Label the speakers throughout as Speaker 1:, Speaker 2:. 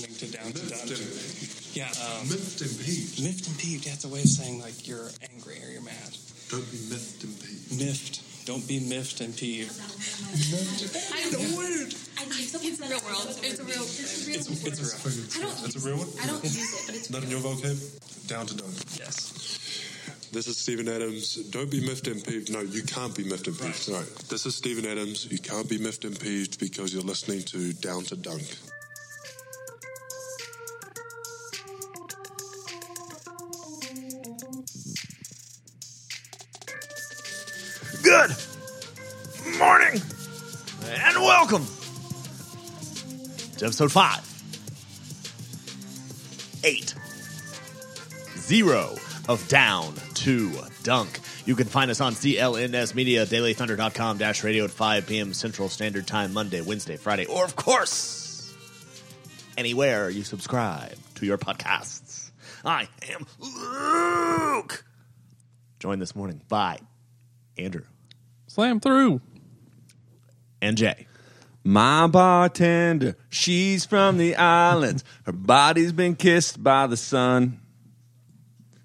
Speaker 1: Linked it down to
Speaker 2: Miffed
Speaker 1: dungeon.
Speaker 2: and,
Speaker 1: Yeah, um,
Speaker 2: miffed and peeved.
Speaker 1: miffed and peeved. That's a way of saying like you're angry or you're mad.
Speaker 2: Don't be miffed and peeved.
Speaker 1: Miffed. Don't be miffed and peeved.
Speaker 2: The word.
Speaker 3: It's real world. It's a real. It's a real.
Speaker 1: It's, it's rough.
Speaker 3: I don't.
Speaker 2: That's a
Speaker 3: use
Speaker 2: real
Speaker 3: it.
Speaker 2: one?
Speaker 3: I don't use it, but it's.
Speaker 2: Not in your vocab? Down to dunk.
Speaker 1: Yes.
Speaker 2: This is Stephen Adams. Don't be miffed and peeved. No, you can't be miffed and peeved. No. This is Stephen Adams. You can't be miffed and peeved because you're listening to Down to Dunk.
Speaker 4: Good morning and welcome to episode five, eight, zero of Down to Dunk. You can find us on CLNS Media, DailyThunder.com, Dash Radio at 5 p.m. Central Standard Time, Monday, Wednesday, Friday, or of course, anywhere you subscribe to your podcasts. I am Luke. Joined this morning by Andrew
Speaker 5: Slam through.
Speaker 4: and Jay.
Speaker 6: My bartender, she's from the islands. Her body's been kissed by the sun.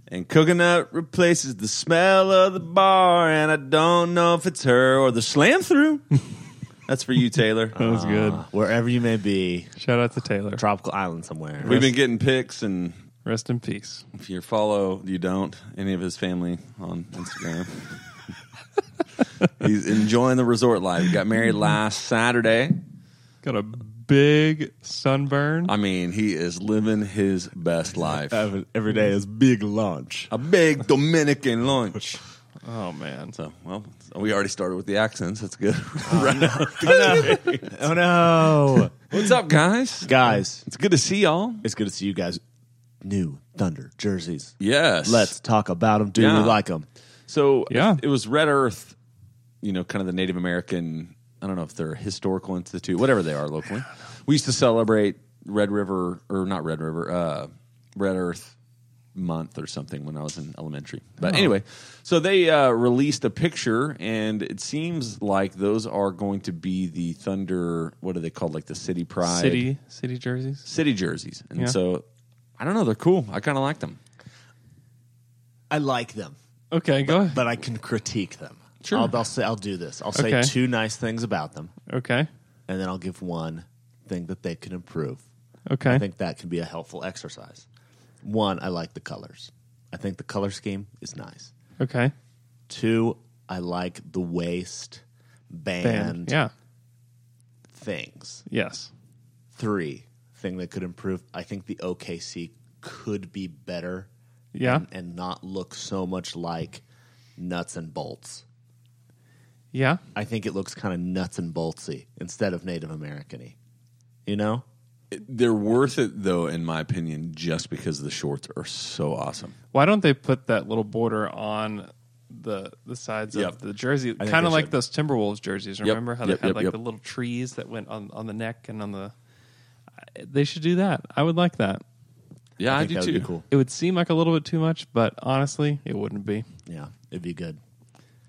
Speaker 6: And coconut replaces the smell of the bar. And I don't know if it's her or the slam through. That's for you, Taylor.
Speaker 5: That was good.
Speaker 4: Wherever you may be,
Speaker 5: Ah. Shout out to Taylor.
Speaker 4: tropical island somewhere.
Speaker 6: We've been getting pics, and
Speaker 5: Rest in peace.
Speaker 6: if you follow, you don't, any of his family on Instagram. He's enjoying the resort life. He got married last Saturday.
Speaker 5: Got a big sunburn.
Speaker 6: I mean, he is living his best life.
Speaker 4: Every- every day is big lunch.
Speaker 6: a big Dominican lunch.
Speaker 5: Oh man.
Speaker 6: So, well, we already started with the accents. That's good.
Speaker 4: Oh no,
Speaker 6: What's up, guys?
Speaker 4: guys!
Speaker 6: It's good to see y'all.
Speaker 4: It's good to see you guys. New Thunder jerseys.
Speaker 6: Yes.
Speaker 4: Let's talk about them. Do
Speaker 6: Yeah.
Speaker 4: we like them?
Speaker 6: So,
Speaker 5: Yeah.
Speaker 6: it was Red Earth, you know, kind of the Native American, I don't know if they're a historical institute, whatever they are locally. We used to celebrate Red River, or not Red River, uh, Red Earth month or something when I was in elementary.
Speaker 5: Oh.
Speaker 6: But anyway, so they uh, released a picture, and it seems like those are going to be the Thunder, what are they called? Like the City Pride.
Speaker 5: City city jerseys.
Speaker 6: city jerseys. And
Speaker 5: Yeah.
Speaker 6: so I don't know, they're cool. I kind of like them.
Speaker 4: I like them,
Speaker 5: Okay, go ahead.
Speaker 4: but I can critique them.
Speaker 6: Sure.
Speaker 4: I'll, I'll say I'll do this. I'll say
Speaker 5: Okay.
Speaker 4: two nice things about them,
Speaker 5: Okay.
Speaker 4: and then I'll give one thing that they can improve.
Speaker 5: Okay.
Speaker 4: I think that can be a helpful exercise. One, I like the colors. I think the color scheme is nice.
Speaker 5: okay.
Speaker 4: Two, I like the waist band,
Speaker 5: Band. Yeah.
Speaker 4: things.
Speaker 5: Yes.
Speaker 4: Three, thing that could improve. I think the OKC could be better
Speaker 5: Yeah.
Speaker 4: and, and not look so much like nuts and bolts.
Speaker 5: Yeah.
Speaker 4: I think it looks kind of nuts and boltsy instead of Native American y. You know?
Speaker 6: They're worth it, though, in my opinion, just because the shorts are so awesome.
Speaker 5: Why don't they put that little border on the the sides
Speaker 6: Yep.
Speaker 5: of the jersey?
Speaker 6: think
Speaker 5: Kind of
Speaker 6: they
Speaker 5: like
Speaker 6: should.
Speaker 5: those Timberwolves jerseys. Remember how
Speaker 6: Yep,
Speaker 5: they had
Speaker 6: yep,
Speaker 5: like
Speaker 6: yep.
Speaker 5: the little trees that went on on the neck and on the I- they should do that. I would like that.
Speaker 6: Yeah, I,
Speaker 4: think
Speaker 6: do
Speaker 4: that
Speaker 6: too.
Speaker 4: would be cool.
Speaker 5: It would seem like a little bit too much, but honestly, it wouldn't be.
Speaker 4: Yeah, it'd be good.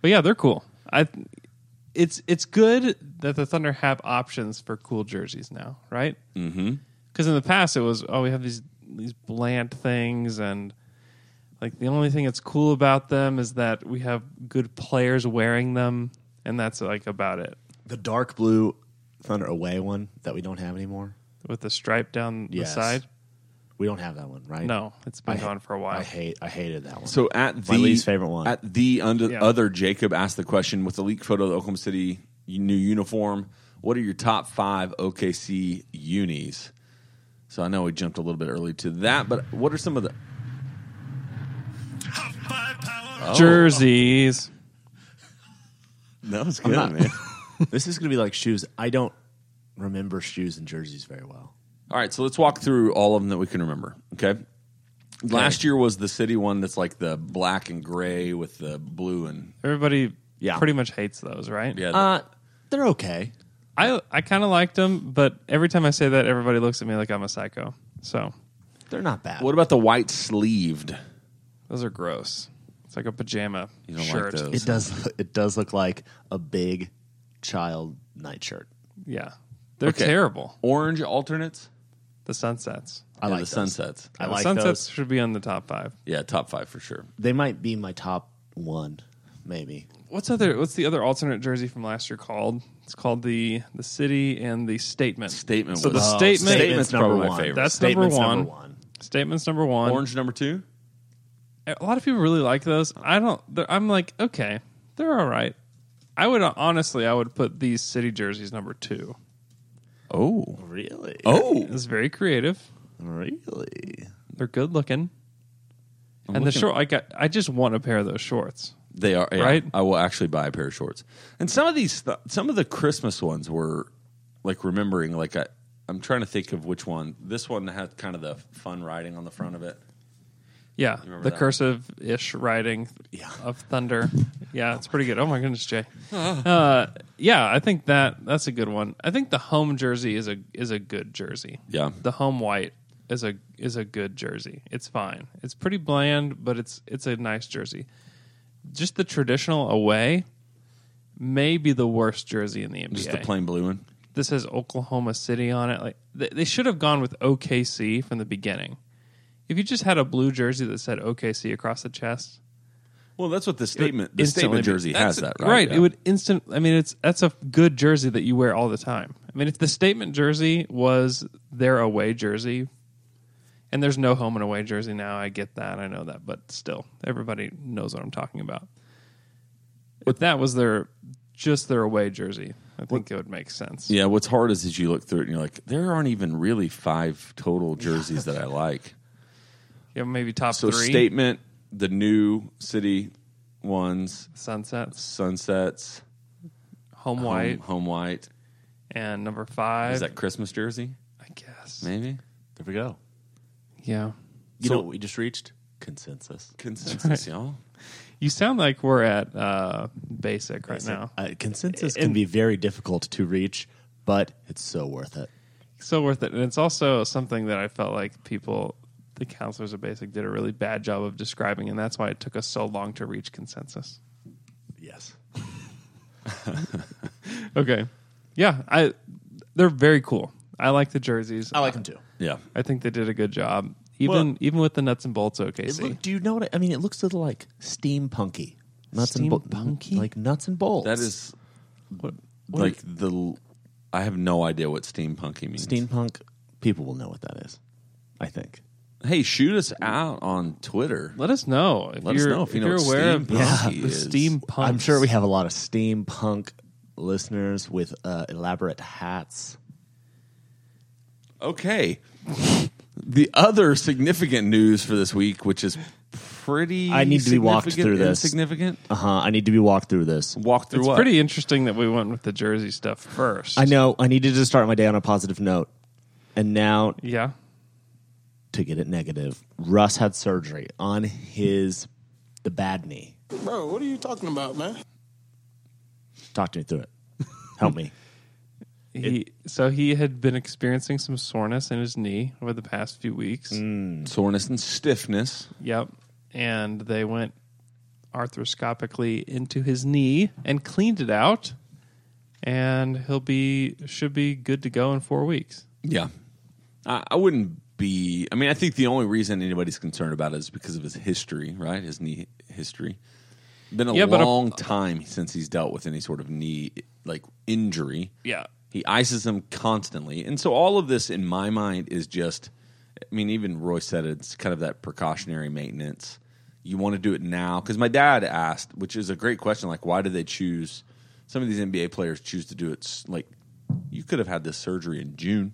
Speaker 5: But yeah, they're cool. I it's it's good that the Thunder have options for cool jerseys now, right? Mm-hmm. Because in the past it was oh we have these these bland things and like the only thing that's cool about them is that we have good players wearing them and that's like about it
Speaker 4: The dark blue Thunder Away one that we don't have anymore.
Speaker 5: with the stripe down
Speaker 4: Yes.
Speaker 5: the side.
Speaker 4: We don't have that one, right?
Speaker 5: No, it's been
Speaker 4: I-
Speaker 5: gone for a while.
Speaker 4: I hate I hated that one.
Speaker 6: So at the
Speaker 4: My least favorite one.
Speaker 6: at the under,
Speaker 5: Yeah.
Speaker 6: other Jacob asked the question with the leaked photo of the Oklahoma City new uniform. What are your top five OKC unis? So I know we jumped a little bit early to that, but what are some of the Oh,
Speaker 5: Jerseys.
Speaker 6: That was good,
Speaker 4: not-
Speaker 6: man.
Speaker 4: this is gonna be like shoes. I don't remember shoes and jerseys very well.
Speaker 6: All right, so let's walk through all of them that we can remember. Okay. Last year was the city one that's like the black and gray with the blue and
Speaker 5: Everybody
Speaker 4: Yeah.
Speaker 5: pretty much hates those, right?
Speaker 6: yeah.
Speaker 4: Uh they're okay.
Speaker 5: I I kind of liked them, but every time I say that, everybody looks at me like I'm a psycho. So
Speaker 4: They're not bad.
Speaker 6: what about the white sleeved?
Speaker 5: those are gross. It's like a pajama
Speaker 6: You don't like
Speaker 5: shirt.
Speaker 6: those.
Speaker 4: it does it does look like a big child nightshirt.
Speaker 5: Yeah, they're
Speaker 6: Okay.
Speaker 5: terrible.
Speaker 6: Orange alternates?
Speaker 5: the sunsets.
Speaker 4: I
Speaker 6: Yeah,
Speaker 4: like
Speaker 6: the
Speaker 4: those.
Speaker 6: sunsets.
Speaker 4: I
Speaker 5: the
Speaker 4: like
Speaker 5: sunsets
Speaker 4: those.
Speaker 5: should be on the top five.
Speaker 6: Yeah, top five for sure.
Speaker 4: They might be my top one, maybe.
Speaker 5: What's other? What's the other alternate jersey from last year called? It's called the the city and the statement.
Speaker 6: Statement
Speaker 5: So
Speaker 6: was-
Speaker 5: the statement.
Speaker 6: Statement. Statement's probably my
Speaker 4: Oh, one.
Speaker 6: favorite.
Speaker 5: That's
Speaker 4: Statement's
Speaker 5: number
Speaker 4: number
Speaker 5: one.
Speaker 4: one.
Speaker 5: Statements number one.
Speaker 6: Orange number two.
Speaker 5: A lot of people really like those. I don't. they're- I'm like, okay, they're all right. I would honestly, I would put these city jerseys number two.
Speaker 6: Oh.
Speaker 4: Really?
Speaker 6: Oh.
Speaker 5: It's very creative.
Speaker 4: really?
Speaker 5: They're good looking,
Speaker 6: I'm
Speaker 5: and the
Speaker 6: looking-
Speaker 5: short. I got. I just want a pair of those shorts.
Speaker 6: They are yeah.
Speaker 5: Right?
Speaker 6: I will actually buy a pair of shorts. And some of these, th- some of the Christmas ones were like remembering. Like I, I'm trying to think of which one. This one had kind of the fun writing on the front of it.
Speaker 5: Yeah,
Speaker 6: remember
Speaker 5: the
Speaker 6: that?
Speaker 5: cursive ish writing
Speaker 6: Yeah.
Speaker 5: of thunder. Yeah, it's pretty good. Oh my goodness, Jay. Uh, yeah, I think that that's a good one. I think the home jersey is a is a good jersey.
Speaker 6: Yeah.
Speaker 5: the home white is a is a good jersey. It's fine. It's pretty bland, but it's it's a nice jersey. Just the traditional away may be the worst jersey in the NBA.
Speaker 6: Just the plain blue one.
Speaker 5: this has Oklahoma City on it. Like they, they should have gone with OKC from the beginning. If you just had a blue jersey that said OKC across the chest,
Speaker 6: Well, that's what
Speaker 5: it
Speaker 6: the
Speaker 5: would
Speaker 6: statement. The
Speaker 5: instantly
Speaker 6: statement
Speaker 5: be-
Speaker 6: jersey
Speaker 5: that's-
Speaker 6: has that, right? Yeah.
Speaker 5: It would instant. I mean, it's that's a good jersey that you wear all the time. I mean, if the statement jersey was their away jersey, and there's no home and away jersey now, I get that, I know that, but still, everybody knows what I'm talking about. If that was their just their away jersey, I think it would make sense.
Speaker 6: Yeah, what's hard is that you look through it and you're like, there aren't even really five total jerseys that I like.
Speaker 5: Yeah, maybe top
Speaker 6: So
Speaker 5: three
Speaker 6: statement, the new city ones,
Speaker 5: sunsets,
Speaker 6: sunsets,
Speaker 5: home
Speaker 6: home-
Speaker 5: white,
Speaker 6: home white.
Speaker 5: and number five.
Speaker 6: Is that Christmas jersey?
Speaker 5: I guess.
Speaker 6: Maybe
Speaker 4: There we go.
Speaker 5: Yeah.
Speaker 4: You
Speaker 6: So-
Speaker 4: know what we just reached? Consensus.
Speaker 6: consensus, y'all.
Speaker 5: You sound like we're at uh, basic right now.
Speaker 4: Uh, consensus can be very difficult to reach, but it's so worth it.
Speaker 5: so worth it. And it's also something that I felt like people, the counselors of basic, did a really bad job of describing, and that's why it took us so long to reach consensus.
Speaker 4: Yes.
Speaker 5: Okay, yeah, I they're very cool. I like the jerseys.
Speaker 6: Oh.
Speaker 4: I like them too.
Speaker 6: Yeah.
Speaker 5: I think they did a good job, even
Speaker 4: Well-
Speaker 5: even with the nuts and bolts.
Speaker 4: It
Speaker 5: OKC.
Speaker 4: look, do you know what I, I mean? It looks a little like steampunky, nuts and bolts,
Speaker 5: Steampunky?
Speaker 4: like nuts and bolts.
Speaker 6: That is
Speaker 5: What- what
Speaker 6: like
Speaker 5: is-
Speaker 6: the. l- I have no idea what steampunky means.
Speaker 4: steampunk. People will know what that is. I think.
Speaker 6: hey, shoot us out on Twitter.
Speaker 5: let us know if
Speaker 6: Let us
Speaker 5: you're
Speaker 6: know if you know
Speaker 5: are
Speaker 6: what
Speaker 5: aware of
Speaker 6: steampunky
Speaker 5: the
Speaker 6: is.
Speaker 5: steampunk.
Speaker 4: I'm sure we have a lot of steampunk listeners with uh, elaborate hats.
Speaker 6: Okay. the other significant news for this week, which is pretty.
Speaker 4: I need to be walked
Speaker 6: significant
Speaker 4: through this.
Speaker 6: Significant
Speaker 4: Uh huh. I need to be walked through this.
Speaker 6: walk through
Speaker 5: It's
Speaker 6: what?
Speaker 5: pretty interesting that we went with the jersey stuff first.
Speaker 4: I know. I needed to start my day on a positive note, and now
Speaker 5: Yeah.
Speaker 4: to get it negative. Russ had surgery on his the bad knee.
Speaker 1: Bro, what are you talking about, man?
Speaker 4: Talk to me through it. Help me.
Speaker 5: He, so he had been experiencing some soreness in his knee over the past few weeks.
Speaker 4: Mm.
Speaker 6: soreness and stiffness.
Speaker 5: Yep. And they went arthroscopically into his knee and cleaned it out. And he'll be should be good to go in four weeks.
Speaker 6: Yeah. I, I wouldn't be. I mean, I think the only reason anybody's concerned about it is because of his history, right? His knee history. Been a
Speaker 5: Yeah, but a-
Speaker 6: long time since he's dealt with any sort of knee like injury.
Speaker 5: Yeah.
Speaker 6: He ices them constantly. And so all of this in my mind is just I mean, even Roy said it's kind of that precautionary maintenance. You want to do it now because my dad asked, which is a great question. Like, why do they choose? Some of these NBA players choose to do it. s- Like, you could have had this surgery in June.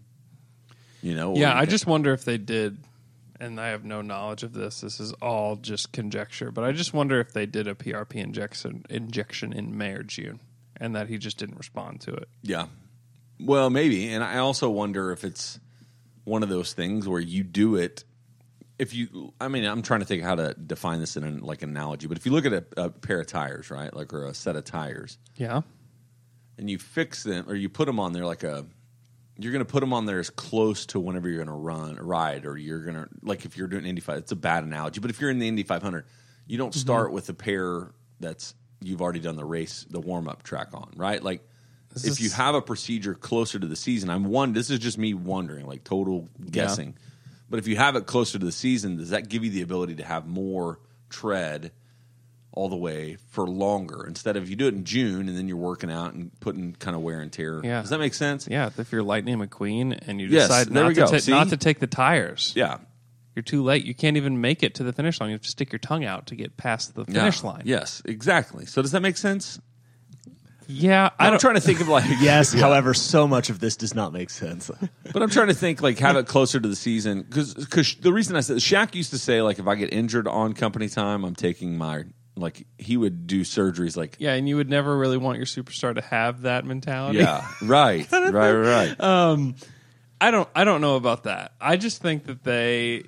Speaker 6: You know? or
Speaker 5: Yeah,
Speaker 6: you
Speaker 5: I
Speaker 6: could-
Speaker 5: just wonder if they did and I have no knowledge of this. This is all just conjecture, but I just wonder if they did a PRP injection injection in May or June and that he just didn't respond to it.
Speaker 6: Yeah. Well, maybe. And I also wonder if it's one of those things where you do it. If you, I mean, I'm trying to think how to define this in an like analogy, but if you look at a, a pair of tires, right, like or a set of tires,
Speaker 5: Yeah.
Speaker 6: and you fix them or you put them on there like a, you're going to put them on there as close to whenever you're going to run, ride, or you're going to like if you're doing Indy five, it's a bad analogy, but if you're in the Indy 500, you don't start with a pair that's you've already done the race, the warm up track on, right? Like if you have a procedure closer to the season, I'm one. This is just me wondering, like total guessing. But if you have it closer to the season, does that give you the ability to have more tread all the way for longer instead of you do it in June and then you're working out and putting kind of wear and tear?
Speaker 5: Yeah.
Speaker 6: Does that make sense?
Speaker 5: yeah, if you're Lightning McQueen and you
Speaker 6: Yes,
Speaker 5: decide
Speaker 6: there
Speaker 5: not
Speaker 6: we
Speaker 5: to,
Speaker 6: go.
Speaker 5: ta- not
Speaker 6: See?
Speaker 5: to take the tires,
Speaker 6: Yeah.
Speaker 5: you're too late. You can't even make it to the finish line. You have to stick your tongue out to get past the finish
Speaker 6: Yeah.
Speaker 5: line.
Speaker 6: Yes, exactly. So does that make sense?
Speaker 5: yeah. I
Speaker 6: I'm
Speaker 5: don't.
Speaker 6: trying to think of like
Speaker 4: Yes, however, so much of this does not make sense.
Speaker 6: But I'm trying to think like have it closer to the season because the reason I said Shaq used to say like if I get injured on company time I'm taking my like he would do surgeries like
Speaker 5: yeah, and you would never really want your superstar to have that mentality.
Speaker 6: yeah right right right
Speaker 5: Uh, I don't I don't know about that. I just think that they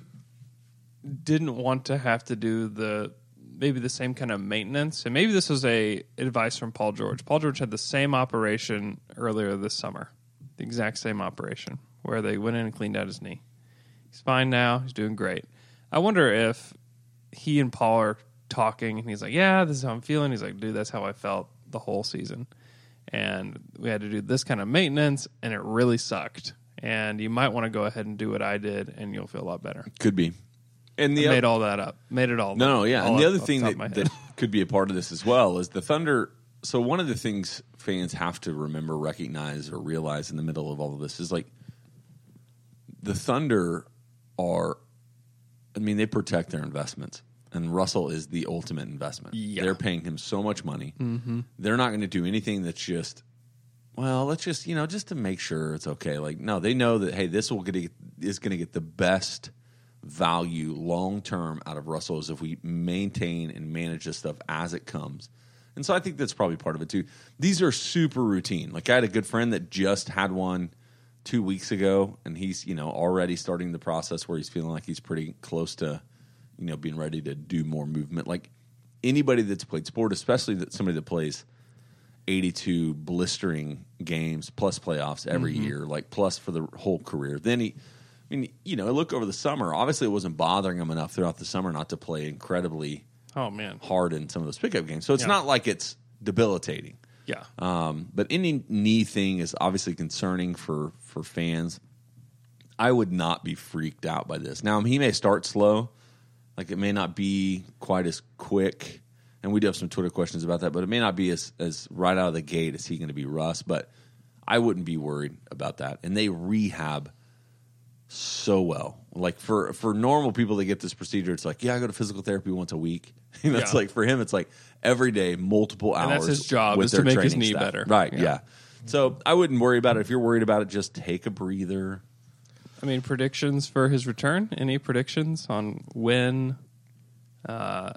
Speaker 5: didn't want to have to do the maybe the same kind of maintenance. And maybe this was a advice from Paul George. Paul George had the same operation earlier this summer. The exact same operation where they went in and cleaned out his knee. He's fine now. He's doing great. I wonder if he and Paul are talking and he's like, Yeah, this is how I'm feeling. He's like, dude, that's how I felt the whole season. And we had to do this kind of maintenance and it really sucked. And you might want to go ahead and do what I did and you'll feel a lot better.
Speaker 6: could be and the
Speaker 5: I
Speaker 6: other,
Speaker 5: made all that up. Made it all
Speaker 6: no yeah
Speaker 5: all
Speaker 6: and the
Speaker 5: up
Speaker 6: other
Speaker 5: off
Speaker 6: thing
Speaker 5: top of
Speaker 6: that,
Speaker 5: my head.
Speaker 6: that could be a part of this as well is the Thunder so one of the things fans have to remember recognize or realize in the middle of all of this is like the Thunder are, I mean, they protect their investments. And Russell is the ultimate investment.
Speaker 5: Yeah.
Speaker 6: They're paying him so much money. Mm-hmm. They're not going to do anything that's just, well, let's just, you know, just to make sure it's okay. Like, no, they know that, hey, this will get, is going to get the best value long term out of Russell is if we maintain and manage this stuff as it comes. And so I think that's probably part of it too. These are super routine. Like, I had a good friend that just had one two weeks ago, and he's you know already starting the process where he's feeling like he's pretty close to you know being ready to do more movement. Like anybody that's played sport, especially that somebody that plays eighty-two blistering games plus playoffs every year, like plus for the whole career, then he. I mean, you know, I look over the summer. Obviously, it wasn't bothering him enough throughout the summer not to play incredibly
Speaker 5: Oh man.
Speaker 6: hard in some of those pickup games. So it's
Speaker 5: Yeah.
Speaker 6: not like it's debilitating.
Speaker 5: Yeah.
Speaker 6: Um, but any knee thing is obviously concerning for for fans. I would not be freaked out by this. Now he may start slow, like it may not be quite as quick, and we do have some Twitter questions about that. But it may not be as as right out of the gate as he going to be Russ. But I wouldn't be worried about that. And they rehab so well. Like for for normal people that get this procedure, it's like yeah, I go to physical therapy once a week. You know, it's
Speaker 5: Yeah.
Speaker 6: like for him, it's like every day, multiple hours.
Speaker 5: And that's his job,
Speaker 6: with
Speaker 5: is to
Speaker 6: their
Speaker 5: make his
Speaker 6: training
Speaker 5: knee
Speaker 6: staff.
Speaker 5: better.
Speaker 6: Right. Yeah.
Speaker 5: Yeah.
Speaker 6: So I wouldn't worry about it. If you're worried about it, just take a breather.
Speaker 5: I mean, predictions for his return. Any predictions on when uh,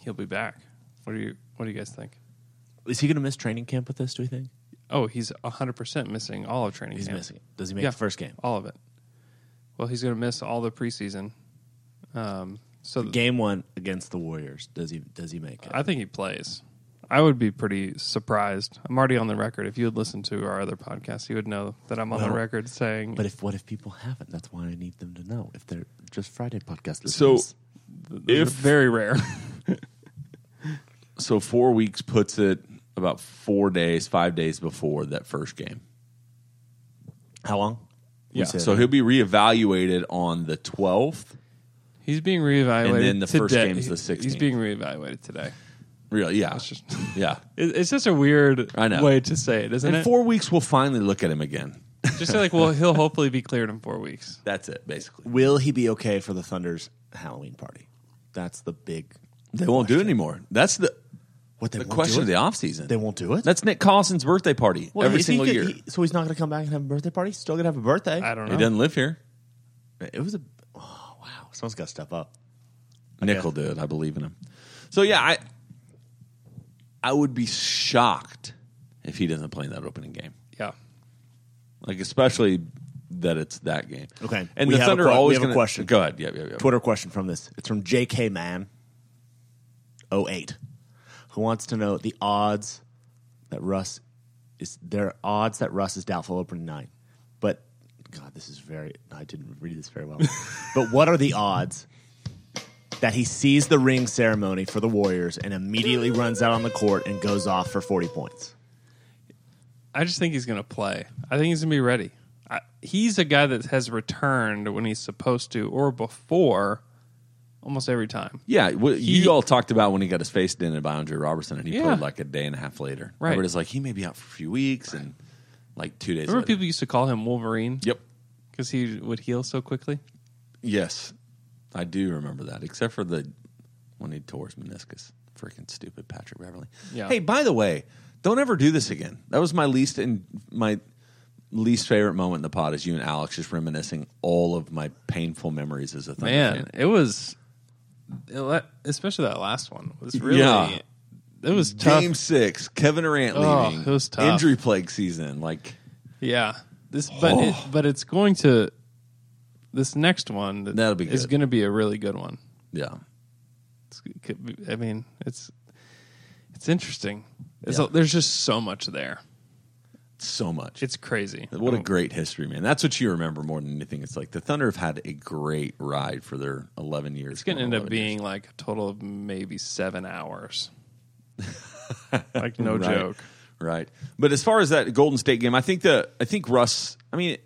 Speaker 5: he'll be back? What do you What do you guys think?
Speaker 4: Is he going to miss training camp with this? Do we think
Speaker 5: Oh, he's hundred percent missing all of training.
Speaker 4: he's
Speaker 5: camp.
Speaker 4: missing it? Does he make the first game?
Speaker 5: all of it. Well, he's going to miss all the preseason. Um, so
Speaker 4: Game one against the Warriors. Does he? Does he make it?
Speaker 5: I think he plays. I would be pretty surprised. I'm already on the record. If you had listened to our other podcast, you would know that I'm on the
Speaker 4: Well,
Speaker 5: record saying
Speaker 4: but if what if people haven't? That's why I need them to know. If they're just Friday podcast listeners.
Speaker 6: So
Speaker 5: those are very rare.
Speaker 6: so four weeks puts it about four days, five days before that first game.
Speaker 4: how long? We
Speaker 5: Yeah,
Speaker 4: said-
Speaker 6: So he'll be reevaluated on the twelfth.
Speaker 5: He's being reevaluated.
Speaker 6: And then the
Speaker 5: today.
Speaker 6: first game's the
Speaker 5: He's
Speaker 6: 16th.
Speaker 5: being reevaluated today.
Speaker 6: Really? Yeah.
Speaker 5: It's just
Speaker 6: Yeah.
Speaker 5: It- It's just a weird
Speaker 6: I know.
Speaker 5: way to say it, isn't
Speaker 6: In
Speaker 5: it?
Speaker 6: four weeks, we'll finally look at him again.
Speaker 5: Just say like, well, he'll hopefully be cleared in four weeks.
Speaker 6: That's it, basically.
Speaker 4: will he be okay for the Thunder's Halloween party? That's the big.
Speaker 6: They won't do it anymore. That's the,
Speaker 4: What they
Speaker 6: the
Speaker 4: won't do
Speaker 6: question
Speaker 4: it?
Speaker 6: of the offseason.
Speaker 4: They won't do it.
Speaker 6: That's Nick Collison's birthday party
Speaker 4: Well,
Speaker 6: every
Speaker 4: if he
Speaker 6: single
Speaker 4: could-
Speaker 6: year.
Speaker 4: he- so he's not going to come back and have a birthday party. He's still going to have a birthday.
Speaker 5: I don't know.
Speaker 6: he doesn't live here.
Speaker 4: It was a oh, wow. Someone's got to step up.
Speaker 6: Nick will do it. I believe in him. So yeah, I I would be shocked if he doesn't play in that opening game.
Speaker 5: Yeah.
Speaker 6: Like especially that it's that game.
Speaker 4: Okay.
Speaker 6: and
Speaker 4: We
Speaker 6: the
Speaker 4: have a
Speaker 6: Thunder
Speaker 4: que-
Speaker 6: are
Speaker 4: we
Speaker 6: always
Speaker 4: have a
Speaker 6: gonna,
Speaker 4: question.
Speaker 6: Go ahead. Yeah, yeah, yeah.
Speaker 4: Twitter question from this. It's from JK Man 08 who wants to know the odds that Russ is there are odds that Russ is doubtful opening night. But god, this is very I didn't read this very well. but what are the odds that he sees the ring ceremony for the Warriors and immediately runs out on the court and goes off for 40 points?
Speaker 5: I just think he's going to play. I think he's going to be ready. I, he's a guy that has returned when he's supposed to or before almost every time.
Speaker 6: Yeah, well,
Speaker 5: He-
Speaker 6: you all talked about when he got his face dented by Andre Robertson, and he
Speaker 5: Yeah.
Speaker 6: played like a day and a half later.
Speaker 5: Right.
Speaker 6: Everybody's like, he may be out for a few weeks, and like two days.
Speaker 5: Remember
Speaker 6: later.
Speaker 5: people used to call him Wolverine
Speaker 6: Yep.
Speaker 5: because he would heal so quickly?
Speaker 6: Yes, I do remember that, except for the when he tore his meniscus. Freaking stupid Patrick Beverly.
Speaker 5: Yeah.
Speaker 6: Hey, by the way, don't ever do this again. That was my least and my least favorite moment in the pod is you and Alex just reminiscing all of my painful memories as a Thunder
Speaker 5: Man,
Speaker 6: fan.
Speaker 5: it was, it le- especially that last one was really,
Speaker 6: Yeah.
Speaker 5: it was tough.
Speaker 6: Game six, Kevin Durant
Speaker 5: Oh,
Speaker 6: leaving.
Speaker 5: it was tough.
Speaker 6: Injury plague season. Like,
Speaker 5: Yeah. This, but it,
Speaker 6: Oh.
Speaker 5: but it's going to this next one. that
Speaker 6: That'll be
Speaker 5: is
Speaker 6: good.
Speaker 5: going to be a really good one.
Speaker 6: yeah.
Speaker 5: It's, it could be- I mean, it's it's interesting. It's
Speaker 6: Yeah.
Speaker 5: a- there's just so much there.
Speaker 6: so much.
Speaker 5: It's crazy.
Speaker 6: what a
Speaker 5: I'm-
Speaker 6: great history, man. That's what you remember more than anything. It's like the Thunder have had a great ride for their 11 years.
Speaker 5: It's going to end
Speaker 6: going on
Speaker 5: up
Speaker 6: 11 years.
Speaker 5: being like a total of maybe seven hours. like no
Speaker 6: Right.
Speaker 5: joke.
Speaker 6: right? But as far as that Golden State game, I think the I think Russ. I mean,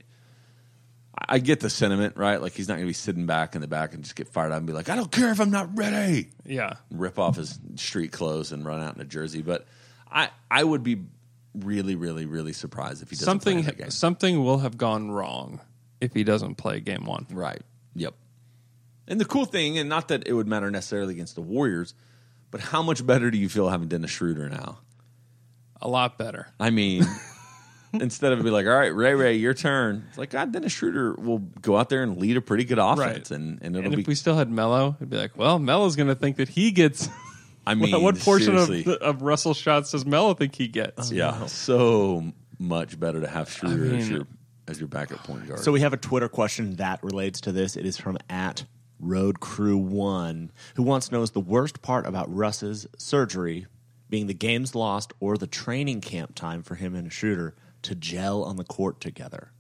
Speaker 6: I I get the sentiment, right? Like he's not going to be sitting back in the back and just get fired up and be like, "I don't care if I'm not ready."
Speaker 5: Yeah.
Speaker 6: rip off his street clothes and run out in a jersey. But I I would be really, really, really surprised if he doesn't play in that
Speaker 5: Something
Speaker 6: game.
Speaker 5: something will have gone wrong if he doesn't play game one.
Speaker 6: Right. Yep. And the cool thing, and not that it would matter necessarily against the Warriors, but how much better do you feel having Dennis Schroeder now?
Speaker 5: A lot better.
Speaker 6: I mean, instead of be like, all right, Ray Ray, your turn. It's like, God, Dennis Schroeder will go out there and lead a pretty good offense,
Speaker 5: Right.
Speaker 6: and, and it'll
Speaker 5: And
Speaker 6: be.
Speaker 5: if we still had Mello, it'd be like, well, Mello's going to think that he gets.
Speaker 6: I mean,
Speaker 5: what portion of,
Speaker 6: seriously,
Speaker 5: the- of Russell shots does Mello think he gets?
Speaker 6: yeah, so much better to have Schroeder as
Speaker 5: mean-
Speaker 6: your as your backup point guard.
Speaker 4: So we have a Twitter question that relates to this. It is from at Road Crew One, who wants to know is the worst part about Russ's surgery being the games lost or the training camp time for him and Shooter to gel on the court together.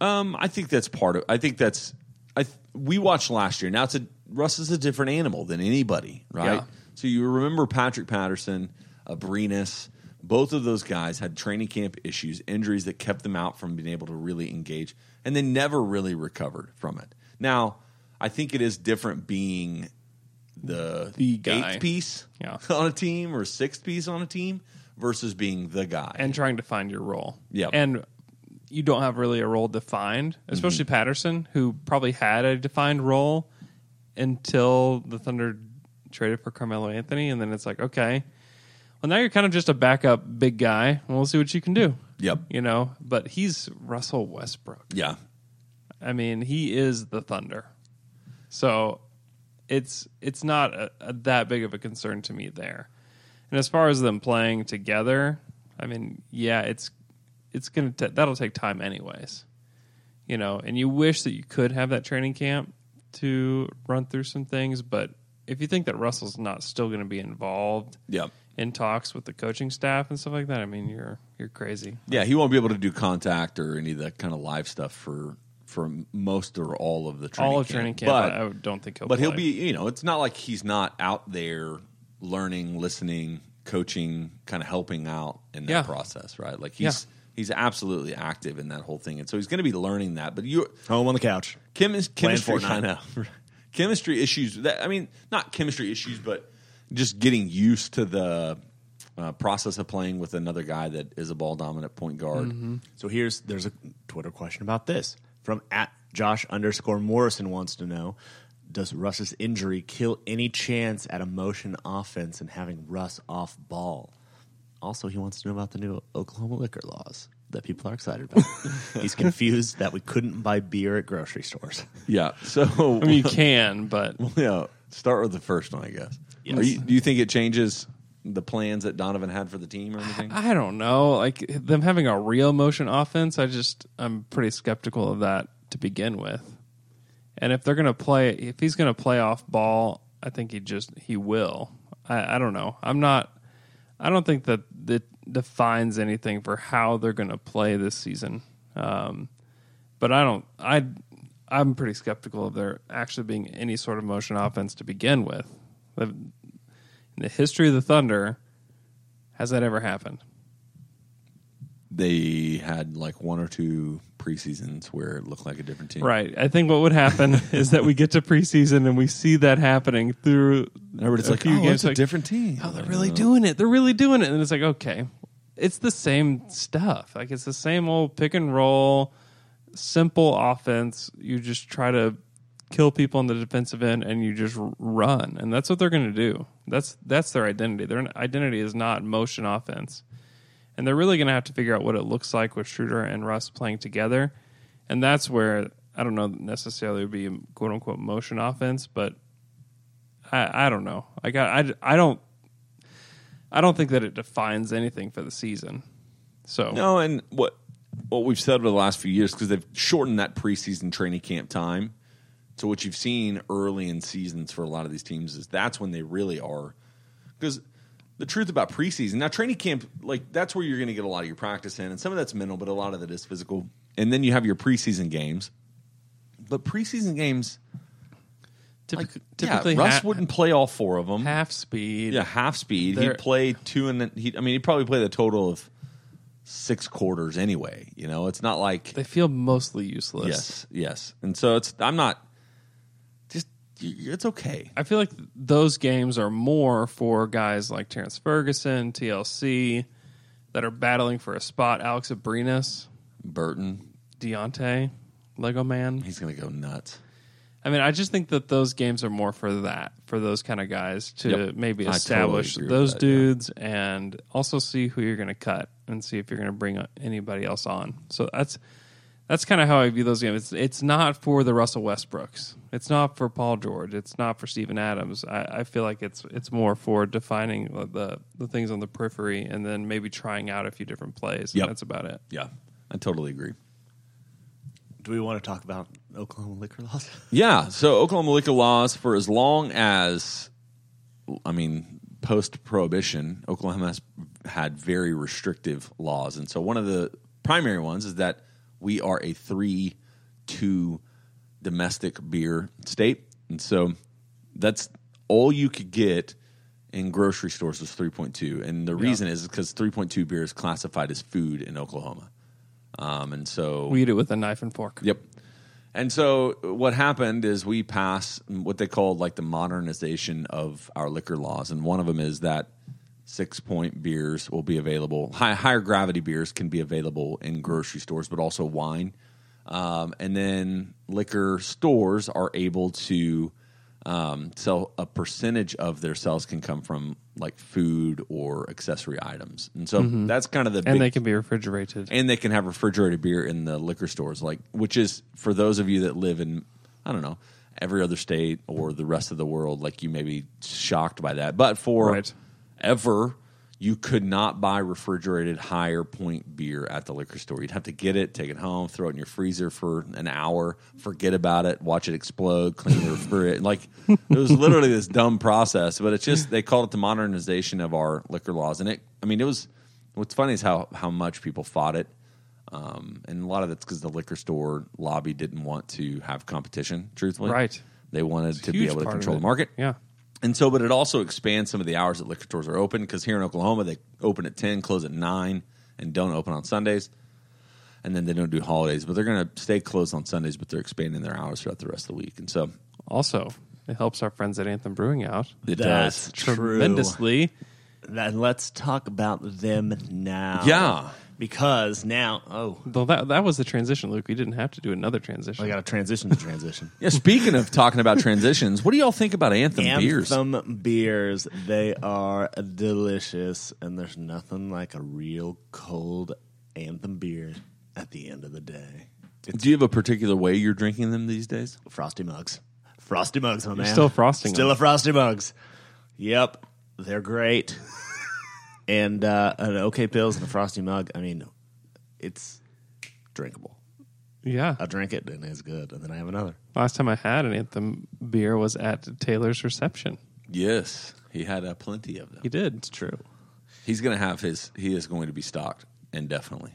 Speaker 6: Um, I think that's part of. I think that's. I th- we watched last year. Now it's a Russ is a different animal than anybody, right?
Speaker 5: Yeah.
Speaker 6: So you remember Patrick Patterson, Abrinas, both of those guys had training camp issues, injuries that kept them out from being able to really engage, and they never really recovered from it. Now, I think it is different being the,
Speaker 5: The guy.
Speaker 6: eighth piece
Speaker 5: Yeah.
Speaker 6: on a team or sixth piece on a team versus being the guy.
Speaker 5: and trying to find your role.
Speaker 6: Yep.
Speaker 5: And you don't have really a role defined, especially
Speaker 6: Mm-hmm.
Speaker 5: Patterson, who probably had a defined role until the Thunder traded for Carmelo Anthony. And then it's like, okay, well, now you're kind of just a backup big guy. And we'll see what you can do.
Speaker 6: Yep.
Speaker 5: You know, but he's Russell Westbrook.
Speaker 6: yeah,
Speaker 5: I mean, he is the Thunder. So it's it's not a, a, that big of a concern to me there. And as far as them playing together, I mean, yeah, it's it's gonna ta that'll take time anyways, you know. And you wish that you could have that training camp to run through some things, but if you think that Russell's not still going to be involved
Speaker 6: yeah.
Speaker 5: in talks with the coaching staff and stuff like that, I mean, you're you're crazy.
Speaker 6: Yeah, he won't be able to do contact or any of that kind of live stuff for for most or all of the training
Speaker 5: All of
Speaker 6: camp.
Speaker 5: training camp,
Speaker 6: But,
Speaker 5: I, I don't think he'll.
Speaker 6: but he'll
Speaker 5: play.
Speaker 6: be, you know, it's not like he's not out there learning, listening, coaching, kind of helping out in that
Speaker 5: Yeah.
Speaker 6: process, right? Like he's he's absolutely active in that whole thing, and so he's going to be learning that. But you
Speaker 4: Home on the couch.
Speaker 6: Chemis-
Speaker 4: Playing
Speaker 6: chemistry,
Speaker 4: Fortnite.
Speaker 6: I know. chemistry issues. That, I mean, not chemistry issues, but just getting used to the uh, process of playing with another guy that is a ball dominant point guard.
Speaker 5: Mm-hmm.
Speaker 4: So here's there's a Twitter question about this from at Josh underscore Morrison wants to know. Does Russ's injury kill any chance at a motion offense and having Russ off ball? Also, he wants to know about the new Oklahoma liquor laws that people are excited about. He's confused that we couldn't buy beer at grocery stores.
Speaker 6: Yeah. So
Speaker 5: I mean, you can, but
Speaker 6: yeah, start with the first one, I guess.
Speaker 4: Yes.
Speaker 6: Are you, do you think it changes the plans that Donovan had for the team or anything?
Speaker 5: I don't know. Like them having a real motion offense, I just I'm pretty skeptical of that to begin with. And if they're gonna play, if he's gonna play off ball, I think he just he will. I, I don't know. I'm not. I don't think that that defines anything for how they're gonna play this season. Um, but I don't. I I'm pretty skeptical of there actually being any sort of motion offense to begin with. The- In the history of the Thunder, has that ever happened?
Speaker 6: they had like one or two preseasons where it looked like a different team.
Speaker 5: Right. I think what would happen is that we get to preseason and we see that happening through
Speaker 6: Everybody's
Speaker 5: a
Speaker 6: like,
Speaker 5: few
Speaker 6: oh,
Speaker 5: games,
Speaker 6: it's a different team.
Speaker 5: Oh, they're really doing it. They're really doing it. And it's like, okay, it's the same stuff. Like it's the same old pick and roll, simple offense. You just try to kill people on the defensive end and you just r- run. And that's what they're going to do. That's that's their identity. Their identity is not motion offense. And they're really going to have to figure out what it looks like with Schroeder and Russ playing together. And that's where I don't know necessarily would be quote unquote motion offense, but I, I don't know. Like I, I, I don't I don't think that it defines anything for the season. So
Speaker 6: No, and what what we've said over the last few years because they've shortened that preseason training camp time. So what you've seen early in seasons for a lot of these teams is that's when they really are because the truth about preseason now training camp like that's where you're going to get a lot of your practice in and some of that's mental but a lot of it is physical and then you have your preseason games but preseason games
Speaker 5: typic-
Speaker 6: like,
Speaker 5: typically,
Speaker 6: yeah, Russ
Speaker 5: ha-
Speaker 6: wouldn't play all four of them
Speaker 5: half speed.
Speaker 6: yeah, half speed.
Speaker 5: They're-
Speaker 6: He'd play two, and then he. I mean, he'd probably play the total of six quarters anyway. You know, it's not like
Speaker 5: They feel mostly useless.
Speaker 6: yes, yes. And so it's. I'm not. Just y- it's okay.
Speaker 5: I feel like those games are more for guys like Terrence Ferguson, TLC, that are battling for a spot. Alex Abrinas,
Speaker 6: Burton,
Speaker 5: Deontay, Lego Man.
Speaker 6: he's gonna go nuts.
Speaker 5: I mean, I just think that those games are more for that, for those kind of guys to
Speaker 6: Yep. I
Speaker 5: maybe
Speaker 6: totally
Speaker 5: establish
Speaker 6: agree with
Speaker 5: those
Speaker 6: that, yeah.
Speaker 5: dudes and also see who you're going to cut and see if you're going to bring anybody else on. So that's that's kind of how I view those games. It's it's not for the Russell Westbrooks. It's not for Paul George. It's not for Steven Adams. I, I feel like it's it's more for defining the the things on the periphery and then maybe trying out a few different plays. And
Speaker 6: Yep.
Speaker 5: that's about it.
Speaker 6: Yeah, I totally agree.
Speaker 4: Do we want to talk about Oklahoma liquor laws?
Speaker 6: Yeah, so Oklahoma liquor laws for as long as, I mean, post prohibition, Oklahoma has had very restrictive laws, and so one of the primary ones is that we are a three-two domestic beer state, and so that's all you could get in grocery stores was 3.2, and the reason is because 3.2 beer is classified as food in Oklahoma, um, and so
Speaker 5: We eat it with a knife and fork.
Speaker 6: Yep. And so what happened is we passed what they called like the modernization of our liquor laws, and one of them is that six point beers will be available. High, higher gravity beers can be available in grocery stores, but also wine. Um, and then liquor stores are able to um, sell a percentage of their sales can come from like food or accessory items, and so that's kind of the
Speaker 5: Mm-hmm. And
Speaker 6: big
Speaker 5: they can be refrigerated.
Speaker 6: and they can have refrigerated beer in the liquor stores like which is for those of you that live in i don't know every other state or the rest of the world like you may be shocked by that but for
Speaker 5: Right.
Speaker 6: ever you could not buy refrigerated higher point beer at the liquor store you'd have to get it take it home throw it in your freezer for an hour forget about it watch it explode clean the refrigerator like it was literally this dumb process but it's just they called it the modernization of our liquor laws and it i mean it was what's funny is how how much people fought it um, and a lot of that's because the liquor store lobby didn't want to have competition truthfully
Speaker 5: Right.
Speaker 6: they wanted to be
Speaker 5: huge
Speaker 6: able to
Speaker 5: part of
Speaker 6: control
Speaker 5: it.
Speaker 6: the market
Speaker 5: Yeah.
Speaker 6: and so, but it also expands some of the hours that liquor stores are open because here in Oklahoma, they open at 10, close at 9, and don't open on Sundays. And then they don't do holidays, but they're going to stay closed on Sundays, but they're expanding their hours throughout the rest of the week. And so
Speaker 5: Also, it helps our friends at Anthem Brewing out
Speaker 6: it
Speaker 4: That's
Speaker 6: does.
Speaker 4: true.
Speaker 5: tremendously.
Speaker 4: Then let's talk about them now.
Speaker 6: Yeah.
Speaker 4: Because now, oh,
Speaker 5: Though that that was the transition, Luke. We didn't have to do another
Speaker 6: Oh,
Speaker 5: transition.
Speaker 4: I got to transition to transition.
Speaker 6: Yeah, speaking of talking about transitions, what do y'all think about Anthem, beers?
Speaker 4: Anthem beers, they are delicious, and there's nothing like a real cold Anthem beer at the end of the day.
Speaker 6: Do you have a particular way you're drinking them these days?
Speaker 4: Frosty mugs, frosty mugs, my man.
Speaker 5: still frosting
Speaker 4: still
Speaker 5: them.
Speaker 4: a frosty mugs. Yep, they're great. and uh, an OK pills and a frosty mug. I mean, it's drinkable.
Speaker 5: yeah.
Speaker 4: I drink it and it's good, and then I have another.
Speaker 5: Last time I had an Anthem beer was at Taylor's reception.
Speaker 6: Yes, he had uh, plenty of them.
Speaker 5: He did. It's true.
Speaker 6: He's going to have his. He is going to be stocked indefinitely.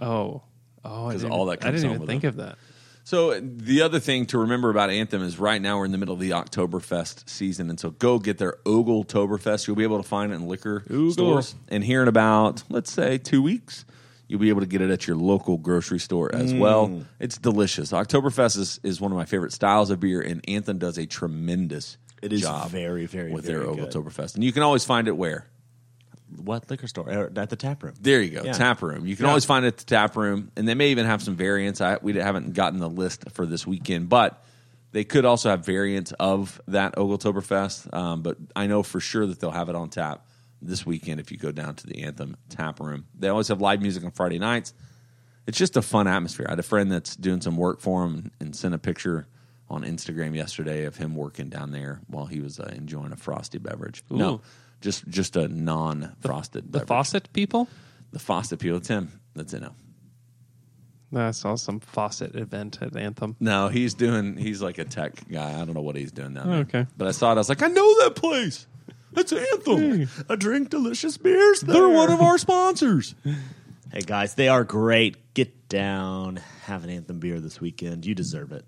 Speaker 5: Oh. Oh, I
Speaker 6: 'Cause
Speaker 5: didn't-
Speaker 6: all that
Speaker 5: I
Speaker 6: comes
Speaker 5: didn't
Speaker 6: home
Speaker 5: even
Speaker 6: with
Speaker 5: think
Speaker 6: them.
Speaker 5: of that.
Speaker 6: So the other thing to remember about Anthem is right now we're in the middle of the Oktoberfest season, and so go get their Ogletoberfest. You'll be able to find it in liquor
Speaker 5: Ogle.
Speaker 6: stores. And here in about let's say two weeks, You'll be able to get it at your local grocery store
Speaker 4: Mm.
Speaker 6: as well. It's delicious. Oktoberfest is, is one of my favorite styles of beer, and Anthem does a tremendous
Speaker 4: It is
Speaker 6: job
Speaker 4: very, very,
Speaker 6: with
Speaker 4: very
Speaker 6: their
Speaker 4: good.
Speaker 6: Oktoberfest. And you can always find it where?
Speaker 4: What liquor store? Or At the tap room.
Speaker 6: There you go,
Speaker 4: Yeah.
Speaker 6: tap room. You can always find it at the tap room, and they may even have some variants. I, we haven't gotten the list for this weekend, but they could also have variants of that Ogletoberfest. Um, but I know for sure that they'll have it on tap this weekend if you go down to the Anthem tap room. They always have live music on Friday nights. It's just a fun atmosphere. I had a friend that's doing some work for him and sent a picture on Instagram yesterday of him working down there while he was uh, enjoying a frosty beverage.
Speaker 5: Ooh.
Speaker 6: No, just just a non-frosted
Speaker 5: The
Speaker 6: beverage.
Speaker 5: faucet people?
Speaker 6: The faucet people. It's him. That's it. now.
Speaker 5: I saw some faucet event at Anthem.
Speaker 6: No, he's doing. He's like a tech guy. I don't know what he's doing now.
Speaker 5: okay.
Speaker 6: But I saw it. I was like, I know that place. That's Anthem. I drink delicious beers. They're one of our sponsors.
Speaker 4: Hey guys, they are great. Get down, have an anthem beer this weekend. You deserve it.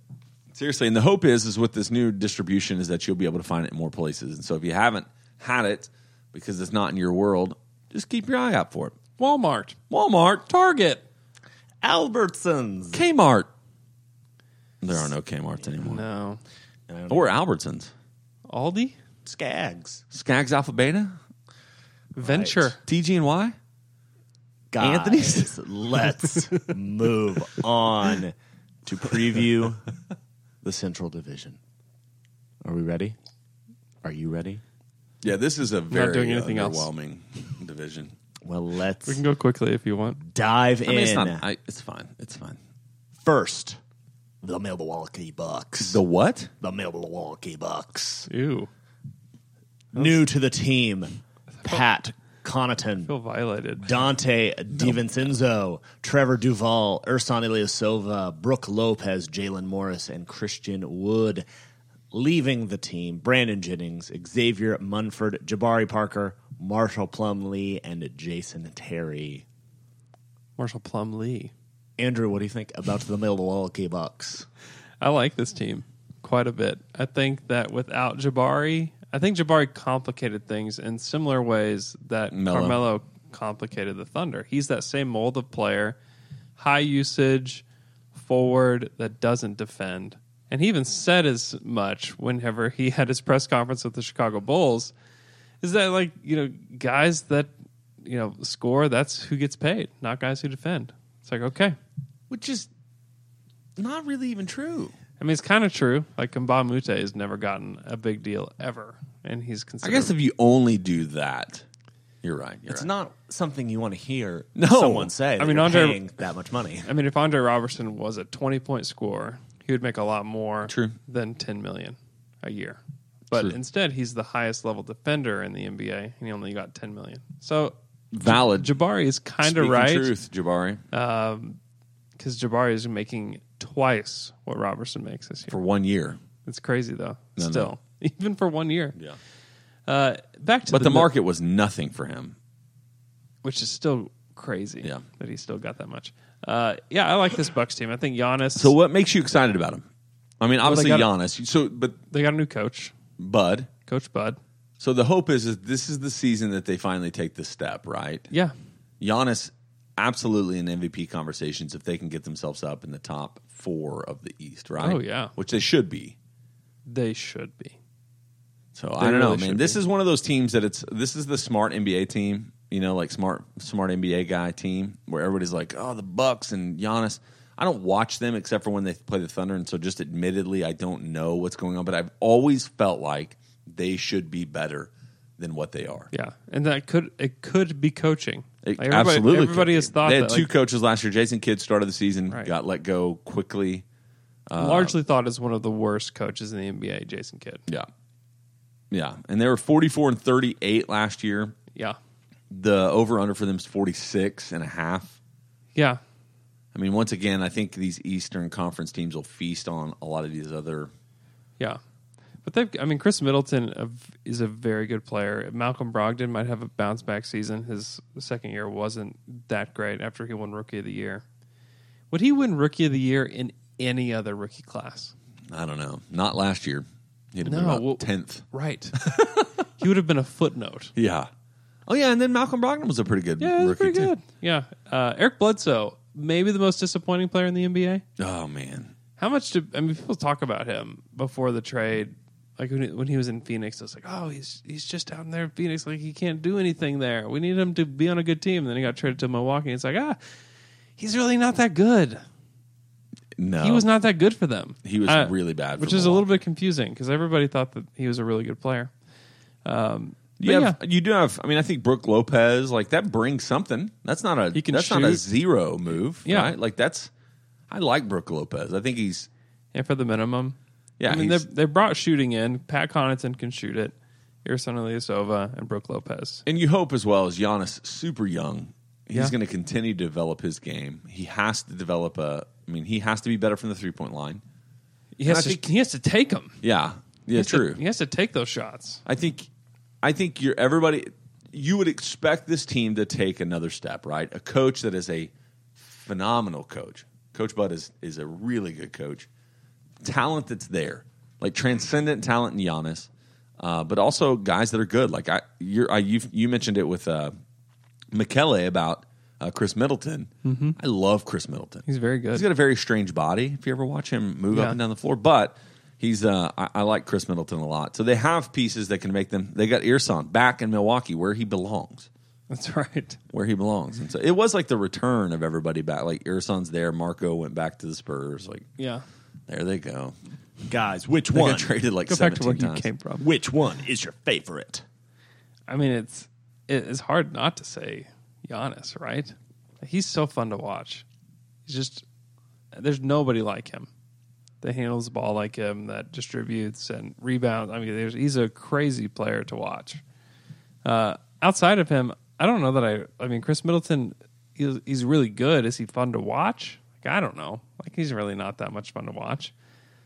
Speaker 6: Seriously, and the hope is is with this new distribution is that you'll be able to find it in more places. And so if you haven't had it because it's not in your world, just keep your eye out for it.
Speaker 5: Walmart,
Speaker 6: Walmart, Target,
Speaker 4: Albertsons.
Speaker 6: Kmart. There are no Kmart's anymore.
Speaker 5: no,
Speaker 6: Or Albertsons.
Speaker 5: Aldi,
Speaker 4: Skags.
Speaker 6: Skaggs Alpha Beta,
Speaker 5: Venture.
Speaker 6: TG and Y.
Speaker 4: Guys,
Speaker 6: Anthony's?
Speaker 4: Let's move on to preview the Central Division. Are we ready? Are you ready?
Speaker 6: Yeah, this is a very
Speaker 5: doing anything else.
Speaker 6: overwhelming division.
Speaker 4: Well, let's
Speaker 5: We can go quickly if you want.
Speaker 4: dive in.
Speaker 6: I mean, it's not. I, it's fine. It's fine.
Speaker 4: First, the Milwaukee Bucks.
Speaker 6: The what?
Speaker 4: the Milwaukee Bucks.
Speaker 5: Ew,
Speaker 4: New to the team, Pat Connaughton.
Speaker 5: feel violated.
Speaker 4: Dante DiVincenzo, Trevor Duval, Urson Ilyasova, Brooke Lopez, Jalen Morris, and Christian Wood leaving the team. Brandon Jennings, Xavier Munford, Jabari Parker, Marshall Plumlee, and Jason Terry.
Speaker 5: Marshall Plum Lee.
Speaker 4: Andrew, what do you think about the Milwaukee Bucks?
Speaker 5: I like this team quite a bit. I think that without Jabari, I think Jabari complicated things in similar ways that
Speaker 6: Melo.
Speaker 5: Carmelo complicated the Thunder. He's that same mold of player, high usage, forward that doesn't defend. And he even said as much whenever he had his press conference with the Chicago Bulls is that like, you know, guys that, you know, score, that's who gets paid, not guys who defend. It's like, okay,
Speaker 6: Which is not really even true.
Speaker 5: I mean, it's kind of true. Like Mba Mute has never gotten a big deal ever, and he's
Speaker 6: I
Speaker 5: considered.
Speaker 6: guess if you only do that, you're right. You're
Speaker 4: It's
Speaker 6: right.
Speaker 4: not something you want to hear
Speaker 6: No.
Speaker 4: someone say. I
Speaker 5: mean,
Speaker 4: mean, you're
Speaker 5: Andre-
Speaker 4: paying that much money.
Speaker 5: I mean, if Andre Robertson was a twenty-point scorer, he would make a lot more
Speaker 6: True.
Speaker 5: than ten million a year. But
Speaker 6: True.
Speaker 5: instead, he's the highest-level defender in the NBA, and he only got ten million. So
Speaker 6: valid.
Speaker 5: Jabari is kind of
Speaker 6: Speaking
Speaker 5: right Uh,
Speaker 6: Truth, Jabari.
Speaker 5: because Jabari is making twice what Robertson makes this year.
Speaker 6: for one year.
Speaker 5: it's crazy though.
Speaker 6: No, no.
Speaker 5: Still, even for one year. Uh, back to
Speaker 6: But the
Speaker 5: mi-
Speaker 6: market was nothing for him.
Speaker 5: which is still crazy.
Speaker 6: Yeah.
Speaker 5: that he still got that much. Uh, yeah, I like this Bucks team. I think Giannis.
Speaker 6: So what makes you excited about him? I mean, obviously
Speaker 5: got-
Speaker 6: Giannis. So, but
Speaker 5: they got a new coach,
Speaker 6: Bud.
Speaker 5: Coach Bud.
Speaker 6: So the hope is, is this is the season that they finally take this step, right?
Speaker 5: Yeah,
Speaker 6: Giannis absolutely in MVP conversations if they can get themselves up in the top four of the East, right?
Speaker 5: Oh, yeah.
Speaker 6: which they should be.
Speaker 5: they should be.
Speaker 6: So I don't know,
Speaker 5: really
Speaker 6: man.
Speaker 5: should
Speaker 6: This
Speaker 5: be.
Speaker 6: is one of those teams that it's this is the smart NBA team, you know, like smart smart NBA guy team where everybody's like, oh, the Bucks and Giannis. I don't watch them except for when they play the Thunder, and so just admittedly, I don't know what's going on. But I've always felt like they should be better than what they are.
Speaker 5: Yeah, and that could it could be coaching.
Speaker 6: It-
Speaker 5: Like, everybody-
Speaker 6: absolutely,
Speaker 5: Everybody has
Speaker 6: could be.
Speaker 5: thought
Speaker 6: They had
Speaker 5: that,
Speaker 6: two
Speaker 5: like,
Speaker 6: coaches last year. Jason Kidd started the season,
Speaker 5: Right.
Speaker 6: got let go quickly. uh,
Speaker 5: largely thought as one of the worst coaches in the NBA, Jason Kidd.
Speaker 6: Yeah, yeah, and they were forty-four and thirty-eight last year.
Speaker 5: Yeah,
Speaker 6: The over/under for them is forty-six and a half.
Speaker 5: yeah.
Speaker 6: I mean, once again, I think these Eastern Conference teams will feast on a lot of these other.
Speaker 5: Yeah, but they've. I mean, Chris Middleton uh, is a very good player. Malcolm Brogdon might have a bounce back season. His second year wasn't that great after he won Rookie of the Year. Would he win Rookie of the Year in any other rookie class?
Speaker 6: I don't know. Not last year. He had
Speaker 5: No, well-
Speaker 6: tenth.
Speaker 5: Right. he would have been a footnote.
Speaker 6: Yeah, Oh yeah, and then Malcolm Brogdon was a pretty good
Speaker 5: Yeah, that's
Speaker 6: rookie
Speaker 5: pretty
Speaker 6: too.
Speaker 5: good. Yeah, uh, Eric Bledsoe, maybe the most disappointing player in the NBA.
Speaker 6: Oh man,
Speaker 5: How much did I mean? People talk about him before the trade, like when he, when he was in Phoenix. It was like, oh, he's he's just down there in Phoenix, like he can't do anything there. We need him to be on a good team. And then he got traded to Milwaukee. It's like, ah, he's really not that good.
Speaker 6: no,
Speaker 5: He was not that good for them.
Speaker 6: He was really bad for
Speaker 5: which is a little bit confusing because everybody thought that he was a really good player.
Speaker 6: You,
Speaker 5: but
Speaker 6: have, you do have. I mean, I think Brooke Lopez like that brings something. That's not a.
Speaker 5: He can
Speaker 6: that's not a
Speaker 5: shoot.
Speaker 6: zero move.
Speaker 5: Yeah.
Speaker 6: right? like that's. I like Brooke Lopez. I think he's.
Speaker 5: And for the minimum,
Speaker 6: Yeah,
Speaker 5: I mean they
Speaker 6: he's-
Speaker 5: they brought shooting in. Pat Connaughton can shoot it. Irson Ilyasova and Brooke Lopez.
Speaker 6: And you hope as well as Giannis, super young, he's
Speaker 5: Yeah.
Speaker 6: going to continue to develop his game. He has to develop a. I mean, he has to be better from the three point line.
Speaker 5: He has,
Speaker 6: I
Speaker 5: to,
Speaker 6: think-
Speaker 5: he has to take them.
Speaker 6: Yeah,
Speaker 5: He
Speaker 6: yeah,
Speaker 5: has to-
Speaker 6: true.
Speaker 5: he has to take those shots.
Speaker 6: I think, I think you're everybody. You would expect this team to take another step, right? A coach that is a phenomenal coach. Coach Bud is is a really good coach. Talent that's there, like transcendent talent in Giannis, uh, but also guys that are good. Like I, you're, I you've, you mentioned it with uh, Michele about uh, Chris Middleton. I love Chris Middleton.
Speaker 5: He's very good.
Speaker 6: He's got a very strange body. If you ever watch him move up
Speaker 5: Yeah.
Speaker 6: and down the floor, but he's uh, I, I like Chris Middleton a lot. So they have pieces that can make them. They got Earson back in Milwaukee where he belongs,
Speaker 5: That's right.
Speaker 6: where he belongs. And so it was like the return of everybody back. Like Earson's there. Marco went back to the Spurs. Like
Speaker 5: Yeah.
Speaker 6: there they go.
Speaker 4: Guys, which
Speaker 6: They
Speaker 4: one?
Speaker 6: got traded like
Speaker 5: Go back to
Speaker 6: seventeen
Speaker 5: where
Speaker 6: times.
Speaker 5: you came from.
Speaker 4: Which one is your favorite?
Speaker 5: I mean, it's it- it's hard not to say Giannis, right? He's so fun to watch. He's just there's nobody like him that handles the ball like him, that distributes and rebounds. I mean, there's, he's a crazy player to watch. Uh, outside of him, I don't know that I. I mean, Chris Middleton, he's, he's really good. Is he fun to watch? Like, I don't know. Like he's really not that much fun to watch.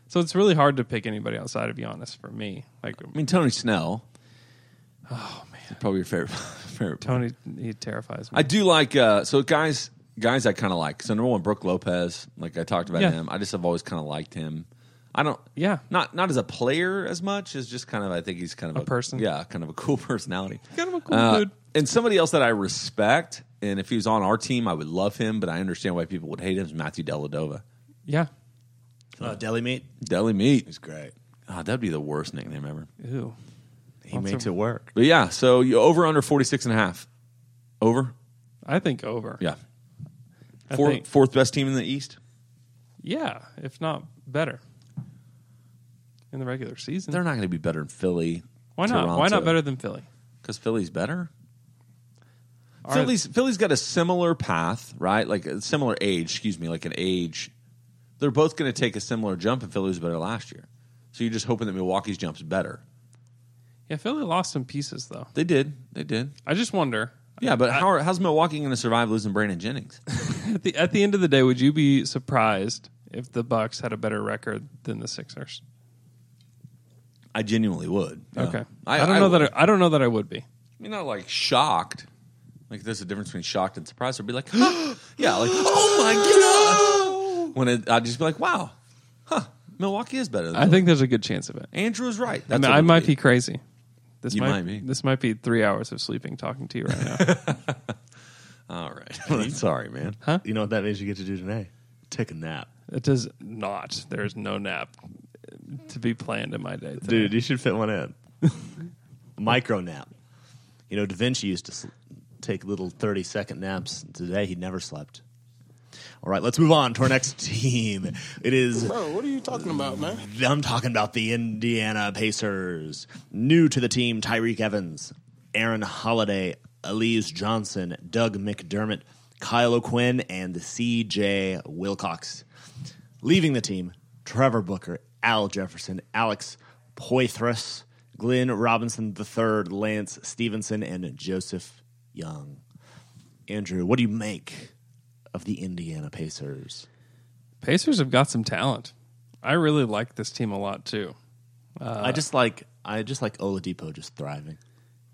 Speaker 5: So it's really hard to pick anybody outside of Giannis for me. Like
Speaker 6: I mean Tony Snell. Oh man, probably your favorite. favorite
Speaker 5: Tony, he terrifies me.
Speaker 6: I do like uh, so guys. Guys, I kind of like. So number one, Brooke Lopez. Like I talked about
Speaker 5: Yeah.
Speaker 6: him. I just have always kind of liked him. I don't.
Speaker 5: Yeah.
Speaker 6: Not not as a player as much as just kind of. I think he's kind of
Speaker 5: A person.
Speaker 6: Yeah, kind of a cool personality. Uh,
Speaker 5: Kind of a cool dude.
Speaker 6: And somebody else that I respect. And if he was on our team, I would love him. But I understand why people would hate him. Is Matthew Dellavedova.
Speaker 5: Yeah.
Speaker 4: Uh, deli meat.
Speaker 6: Deli meat.
Speaker 4: He's great.
Speaker 6: God, that'd be the worst nickname ever.
Speaker 5: Ew.
Speaker 4: He makes it work.
Speaker 6: But yeah, so you over under 46 and a half. Over?
Speaker 5: I think over.
Speaker 6: Yeah.
Speaker 5: I
Speaker 6: Four,
Speaker 5: think-
Speaker 6: Fourth best team in the East.
Speaker 5: Yeah, if not better. In the regular season.
Speaker 6: They're not going to be better than Philly.
Speaker 5: Why not? Why not
Speaker 6: Toronto.
Speaker 5: better than Philly?
Speaker 6: Because Philly's better.
Speaker 5: All right.
Speaker 6: Philly's Philly's got a similar path, right? Like a similar age. Excuse me, like an age. They're both going to take a similar jump, and Philly was better last year. So you're just hoping that Milwaukee's jump's better.
Speaker 5: Yeah, Philly lost some pieces though.
Speaker 6: They did. They did.
Speaker 5: I just wonder.
Speaker 6: Yeah, but how are, how's Milwaukee going to survive losing Brandon Jennings?
Speaker 5: At the at the end of the day, would you be surprised if the Bucks had a better record than the Sixers?
Speaker 6: I genuinely would. Yeah.
Speaker 5: Okay. I, don't know
Speaker 6: would.
Speaker 5: that I, I don't know that I would be.
Speaker 6: I mean, not like shocked. Like there's a difference between shocked and surprised. I'd be like, yeah, like oh my god. When it, I'd just be like, wow, huh? Milwaukee is better. Than
Speaker 5: I think there's a good chance of it.
Speaker 6: Andrew is right.
Speaker 5: I
Speaker 6: That's
Speaker 5: mean,
Speaker 6: what
Speaker 5: I
Speaker 6: it would
Speaker 5: might be crazy. This
Speaker 6: You
Speaker 5: might,
Speaker 6: might be.
Speaker 5: This might be three hours of sleeping talking to you right now.
Speaker 6: All right. I'm sorry, man.
Speaker 4: You know what that means you get to do today? Take a nap.
Speaker 5: It does not. There is no nap to be planned in my day. Today.
Speaker 4: Dude, you should fit one in. Micro nap. You know, Da Vinci used to sl- take little 30 second naps. Today, he never slept. All right, let's move on to our next team. It is
Speaker 1: Bro, what are you talking about, man?
Speaker 4: I'm talking about the Indiana Pacers. New to the team, Tyreek Evans, Aaron Holiday, Elise Johnson, Doug McDermott, Kyle O'Quinn, and CJ Wilcox. Leaving the team, Trevor Booker, Al Jefferson, Alex Poitras, Glenn Robinson III, Lance Stevenson, and Joseph Young. Andrew, what do you make of the Indiana Pacers?
Speaker 5: Pacers have got some talent. I really like this team a lot too.
Speaker 4: I just like I just like Oladipo just thriving.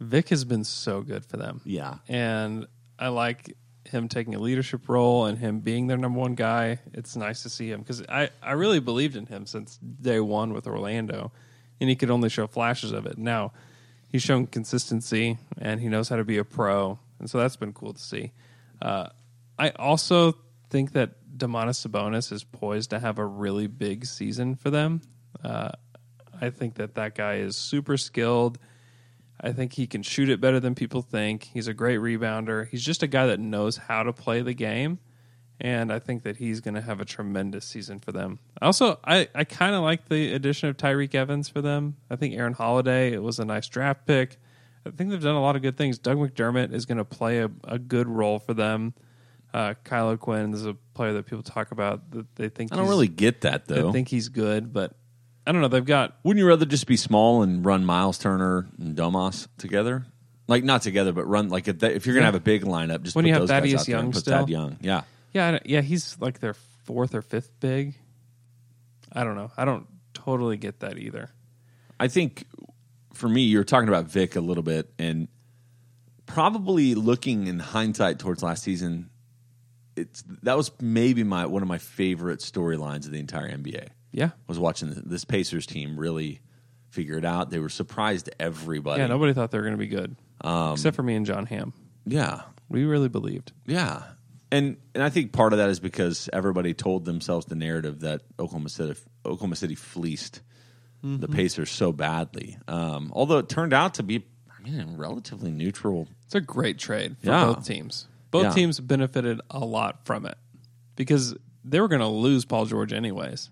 Speaker 5: Vic has been so good for them.
Speaker 4: Yeah.
Speaker 5: And I like him taking a leadership role and him being their number one guy. It's nice to see him because I, I really believed in him since day one with Orlando, and he could only show flashes of it. Now, he's shown consistency and he knows how to be a pro, and so that's been cool to see. Uh, I also think that Demonis Sabonis is poised to have a really big season for them. Uh, I think that that guy is super skilled. I think he can shoot it better than people think. He's a great rebounder. He's just a guy that knows how to play the game. And I think that he's going to have a tremendous season for them. Also, I, I kind of like the addition of Tyreek Evans for them. I think Aaron Holiday it was a nice draft pick. I think they've done a lot of good things. Doug McDermott is going to play a, a good role for them. Uh, Kylo Quinn is a player that people talk about that they think
Speaker 6: I don't
Speaker 5: he's-
Speaker 6: really get that though.
Speaker 5: they think he's good, but I don't know. They've got
Speaker 6: Wouldn't you rather just be small and run Miles Turner and Domas together? Like not together, but run like if, that, if you're gonna have a big lineup, just
Speaker 5: When
Speaker 6: put
Speaker 5: you have
Speaker 6: those guys
Speaker 5: Thaddeus
Speaker 6: out there and
Speaker 5: Young
Speaker 6: put
Speaker 5: still.
Speaker 6: Thad Young. Yeah,
Speaker 5: Yeah, I don't- yeah, he's like their fourth or fifth big. I don't know. I don't totally get that either.
Speaker 6: I think for me, you're talking about Vic a little bit, and probably looking in hindsight towards last season, it's that was maybe my one of my favorite storylines of the entire NBA.
Speaker 5: Yeah,
Speaker 6: Was watching this Pacers team really figure it out. They were surprised everybody.
Speaker 5: yeah. Nobody thought they were going to be good,
Speaker 6: Um,
Speaker 5: except for me and John Hamm.
Speaker 6: yeah,
Speaker 5: We really believed.
Speaker 6: Yeah. And and I think part of that is because everybody told themselves the narrative that Oklahoma City Oklahoma City fleeced the Pacers so badly. Um, although it turned out to be I mean a relatively neutral.
Speaker 5: It's a great trade for
Speaker 6: Yeah.
Speaker 5: both teams. Both
Speaker 6: Yeah.
Speaker 5: teams benefited a lot from it because they were going to lose Paul George anyways.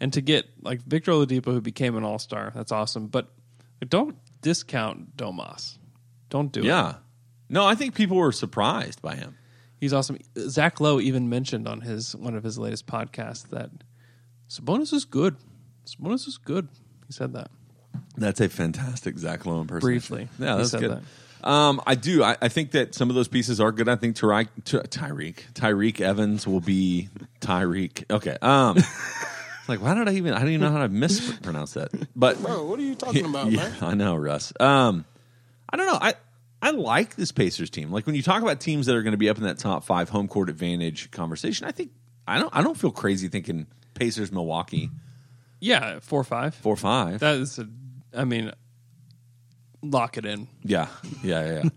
Speaker 5: And to get like Victor Oladipo, who became an All Star, that's awesome. But don't discount Domas. Don't do it.
Speaker 6: Yeah. No, I think people were surprised by him.
Speaker 5: He's awesome. Zach Lowe even mentioned on his one of his latest podcasts that Sabonis is good. Sabonis is good. He said that.
Speaker 6: That's a fantastic Zach Lowe impersonation.
Speaker 5: Briefly,
Speaker 6: Yeah,
Speaker 5: he
Speaker 6: that's
Speaker 5: said
Speaker 6: good. Um, I do. I, I think that some of those pieces are good. I think Tyreek, Ty- Tyreek, Tyreek Evans will be Tyreek. Okay. Um, it's like, why did I even? I don't even know how to mispronounce that. But
Speaker 1: Bro, what are you talking about,
Speaker 6: yeah,
Speaker 1: man?
Speaker 6: I know, Russ. Um, I don't know. I I like this Pacers team. Like when you talk about teams that are going to be up in that top five home court advantage conversation, I think I don't. I don't feel crazy thinking Pacers, Milwaukee,
Speaker 5: Yeah, four or five.
Speaker 6: four five.
Speaker 5: That is a. I mean, lock it in.
Speaker 6: yeah, yeah, yeah.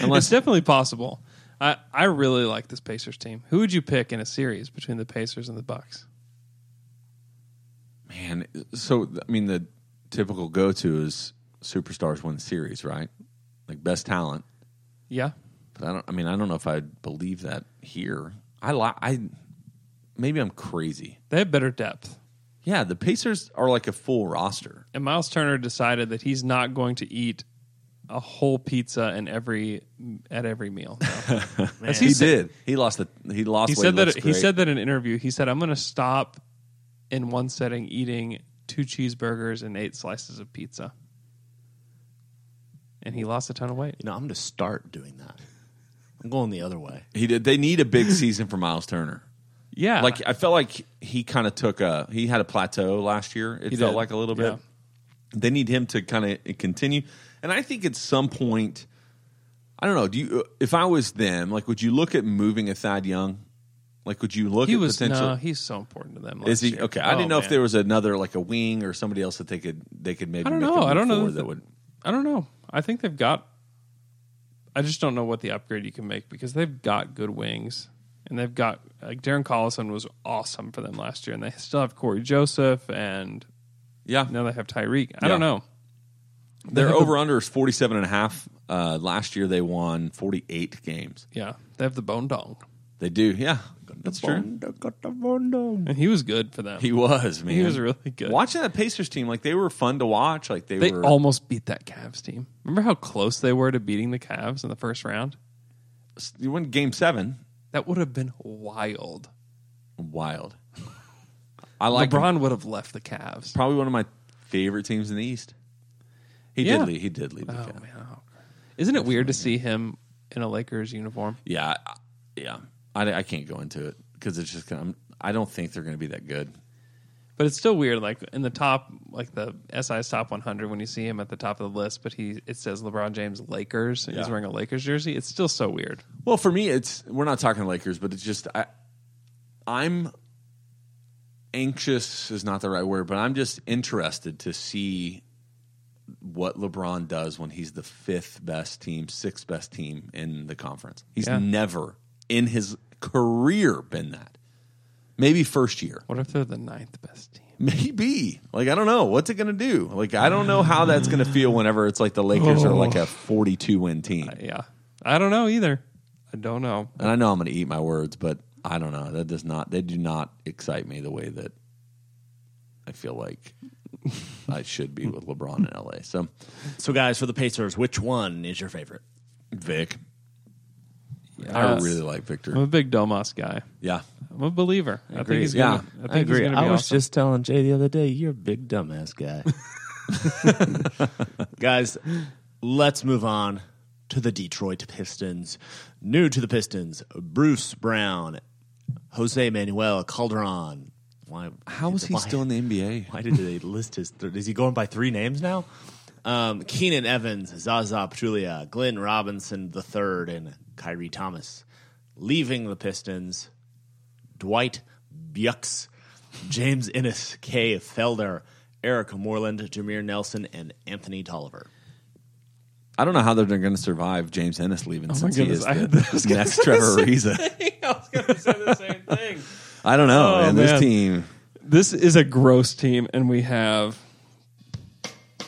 Speaker 6: yeah.
Speaker 5: it's definitely possible. I I really like this Pacers team. Who would you pick in a series between the Pacers and the Bucks?
Speaker 6: Man, so I mean, the typical go-to is superstars win series, right? Like best talent.
Speaker 5: Yeah,
Speaker 6: But I don't. I mean, I don't know if I believe that here. I li- I maybe I'm crazy.
Speaker 5: they have better depth.
Speaker 6: Yeah, the Pacers are like a full roster.
Speaker 5: And Miles Turner decided that he's not going to eat a whole pizza in every at every meal.
Speaker 6: As he did. He lost the. He lost.
Speaker 5: he
Speaker 6: weight,
Speaker 5: said that
Speaker 6: looks
Speaker 5: he
Speaker 6: great.
Speaker 5: said that in an interview. He said, "I'm going to stop in one setting eating two cheeseburgers and eight slices of pizza," and he lost a ton of weight.
Speaker 4: You know, I'm going to start doing that. I'm going the other way.
Speaker 6: he did. They need a big season for Miles Turner.
Speaker 5: Yeah,
Speaker 6: Like I felt like he kind of took a. He had a plateau last year. It
Speaker 5: He
Speaker 6: felt
Speaker 5: did.
Speaker 6: like a little bit.
Speaker 5: Yeah.
Speaker 6: They need him to kind of continue. And I think at some point, I don't know. Do you? uh, If I was them, like, would you look at moving a Thad Young? Like, would you look
Speaker 5: he
Speaker 6: at
Speaker 5: was
Speaker 6: potential?
Speaker 5: no, he's so important to them.
Speaker 6: Is
Speaker 5: last
Speaker 6: he
Speaker 5: year.
Speaker 6: okay? I
Speaker 5: Oh,
Speaker 6: didn't know if
Speaker 5: man.
Speaker 6: there was another like a wing or somebody else that they could they could maybe.
Speaker 5: I don't
Speaker 6: make a
Speaker 5: know. I
Speaker 6: move
Speaker 5: don't know
Speaker 6: for
Speaker 5: that-
Speaker 6: that would.
Speaker 5: I don't know. I think they've got. I just don't know what the upgrade you can make because they've got good wings and they've got like Darren Collison was awesome for them last year and they still have Corey Joseph and
Speaker 6: Yeah,
Speaker 5: now they have Tyreek. I
Speaker 6: Yeah.
Speaker 5: don't know.
Speaker 6: Their over under is 47 and a half. Uh, last year they won 48 games.
Speaker 5: Yeah, they have the Bone Dong,
Speaker 6: They do. Yeah. That's true.
Speaker 5: and he was good for them.
Speaker 6: He was, man.
Speaker 5: He was really good.
Speaker 6: Watching that Pacers team, like they were fun to watch. Like they,
Speaker 5: they
Speaker 6: were
Speaker 5: almost beat that Cavs team. Remember how close they were to beating the Cavs in the first round?
Speaker 6: you won game 7.
Speaker 5: That would have been wild.
Speaker 6: Wild. I like them.
Speaker 5: LeBron would have left the Cavs.
Speaker 6: probably one of my favorite teams in the East. He
Speaker 5: Yeah.
Speaker 6: did leave. He did leave. the
Speaker 5: Oh
Speaker 6: Cavs.
Speaker 5: man, isn't it weird to see him in a Lakers uniform?
Speaker 6: Yeah. I- Yeah. I, I can't go into it cuz it's just gonna, I'm, I don't think they're going to be that good.
Speaker 5: But it's still weird, like in the top, like the SI's top 100, when you see him at the top of the list, but he it says LeBron James Lakers, and he's
Speaker 6: Yeah.
Speaker 5: wearing a Lakers jersey. It's still so weird.
Speaker 6: Well, for me, it's we're not talking Lakers, but it's just I, I'm anxious is not the right word, but I'm just interested to see what LeBron does when he's the fifth best team, sixth best team in the conference. He's
Speaker 5: Yeah.
Speaker 6: never in his career been that. Maybe first year.
Speaker 5: What if they're the ninth best team?
Speaker 6: Maybe. Like I don't know. What's it gonna do? Like I don't know how that's gonna feel whenever it's like the Lakers are like a forty two win team.
Speaker 5: Yeah, I don't know either. I don't know.
Speaker 6: And I know I'm gonna eat my words, but I don't know. That does not they do not excite me the way that I feel like I should be with LeBron in LA. So
Speaker 4: So, guys, for the Pacers, which one is your favorite?
Speaker 6: Vic. I
Speaker 5: Yes.
Speaker 6: really like Victor.
Speaker 5: I'm a big Domas guy.
Speaker 6: Yeah.
Speaker 5: I'm a believer. I, think
Speaker 6: agree.
Speaker 5: he's gonna,
Speaker 6: Yeah,
Speaker 5: I think
Speaker 7: I
Speaker 5: he's
Speaker 7: agree.
Speaker 5: gonna
Speaker 7: I
Speaker 5: be
Speaker 7: was
Speaker 5: awesome.
Speaker 7: just telling Jay the other day, you're a big dumbass guy.
Speaker 4: guys, let's move on to the Detroit Pistons. New to the Pistons, Bruce Brown, Jose Manuel Calderon. Why?
Speaker 6: How is he
Speaker 4: why-
Speaker 6: still in the NBA?
Speaker 4: Why did they list his? Th- is he going by three names now? Um, Keenan Evans, Zaza Pachulia, Glenn Robinson III, and Kyrie Thomas leaving the Pistons. Dwight Bucks, James Innes, Kay Felder, Eric Moreland, Jameer Nelson, and Anthony Tolliver.
Speaker 6: I don't know how they're going to survive James Ennis leaving since
Speaker 5: Oh goodness,
Speaker 6: he
Speaker 5: I
Speaker 6: is
Speaker 5: had- I was
Speaker 6: the
Speaker 5: gonna
Speaker 6: next Trevor Ariza. I don't know.
Speaker 5: Oh,
Speaker 6: man, this
Speaker 5: man.
Speaker 6: team.
Speaker 5: This is a gross team, and we have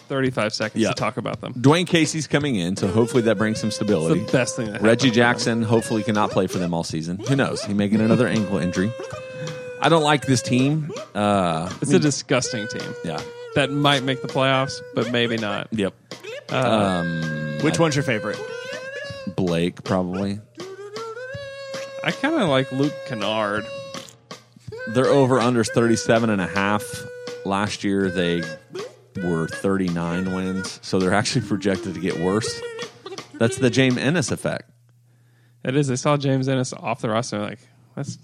Speaker 5: 35 seconds
Speaker 6: Yeah.
Speaker 5: to talk about them.
Speaker 6: Dwayne Casey's coming in, so hopefully that brings some
Speaker 5: It's
Speaker 6: stability.
Speaker 5: the best thing that happened.
Speaker 6: Reggie Jackson hopefully cannot play for them all season. Who knows? He may get another ankle injury. I don't like this team. Uh,
Speaker 5: It's a disgusting team
Speaker 6: yeah.
Speaker 5: that might make the playoffs, but maybe not.
Speaker 6: Yep.
Speaker 4: Which one's your favorite?
Speaker 6: Blake probably.
Speaker 5: I kind of like Luke Kennard.
Speaker 6: Their over unders 37 and a half. Last year they were 39 wins, so they're actually projected to get worse. That's the James Ennis effect.
Speaker 5: It is. They saw James Ennis off the roster. and they're Like that's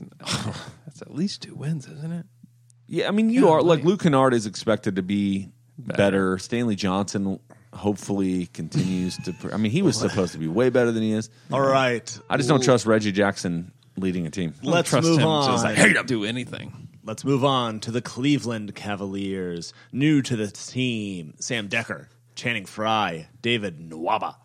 Speaker 5: that's at least two wins, isn't it?
Speaker 6: Yeah, I mean, you are like Luke Kennard is expected to be better. Stanley Johnson hopefully continues to. pr- I mean, he was supposed to be way better than he is.
Speaker 4: All right,
Speaker 6: I just don't trust Reggie Jackson leading a team.
Speaker 4: let's
Speaker 5: Trust
Speaker 4: move
Speaker 5: him.
Speaker 4: on.
Speaker 5: To just, like, hate him. Do anything.
Speaker 4: Let's move on to the Cleveland Cavaliers. New to the team, Sam Decker, Channing Frye, David Nwaba,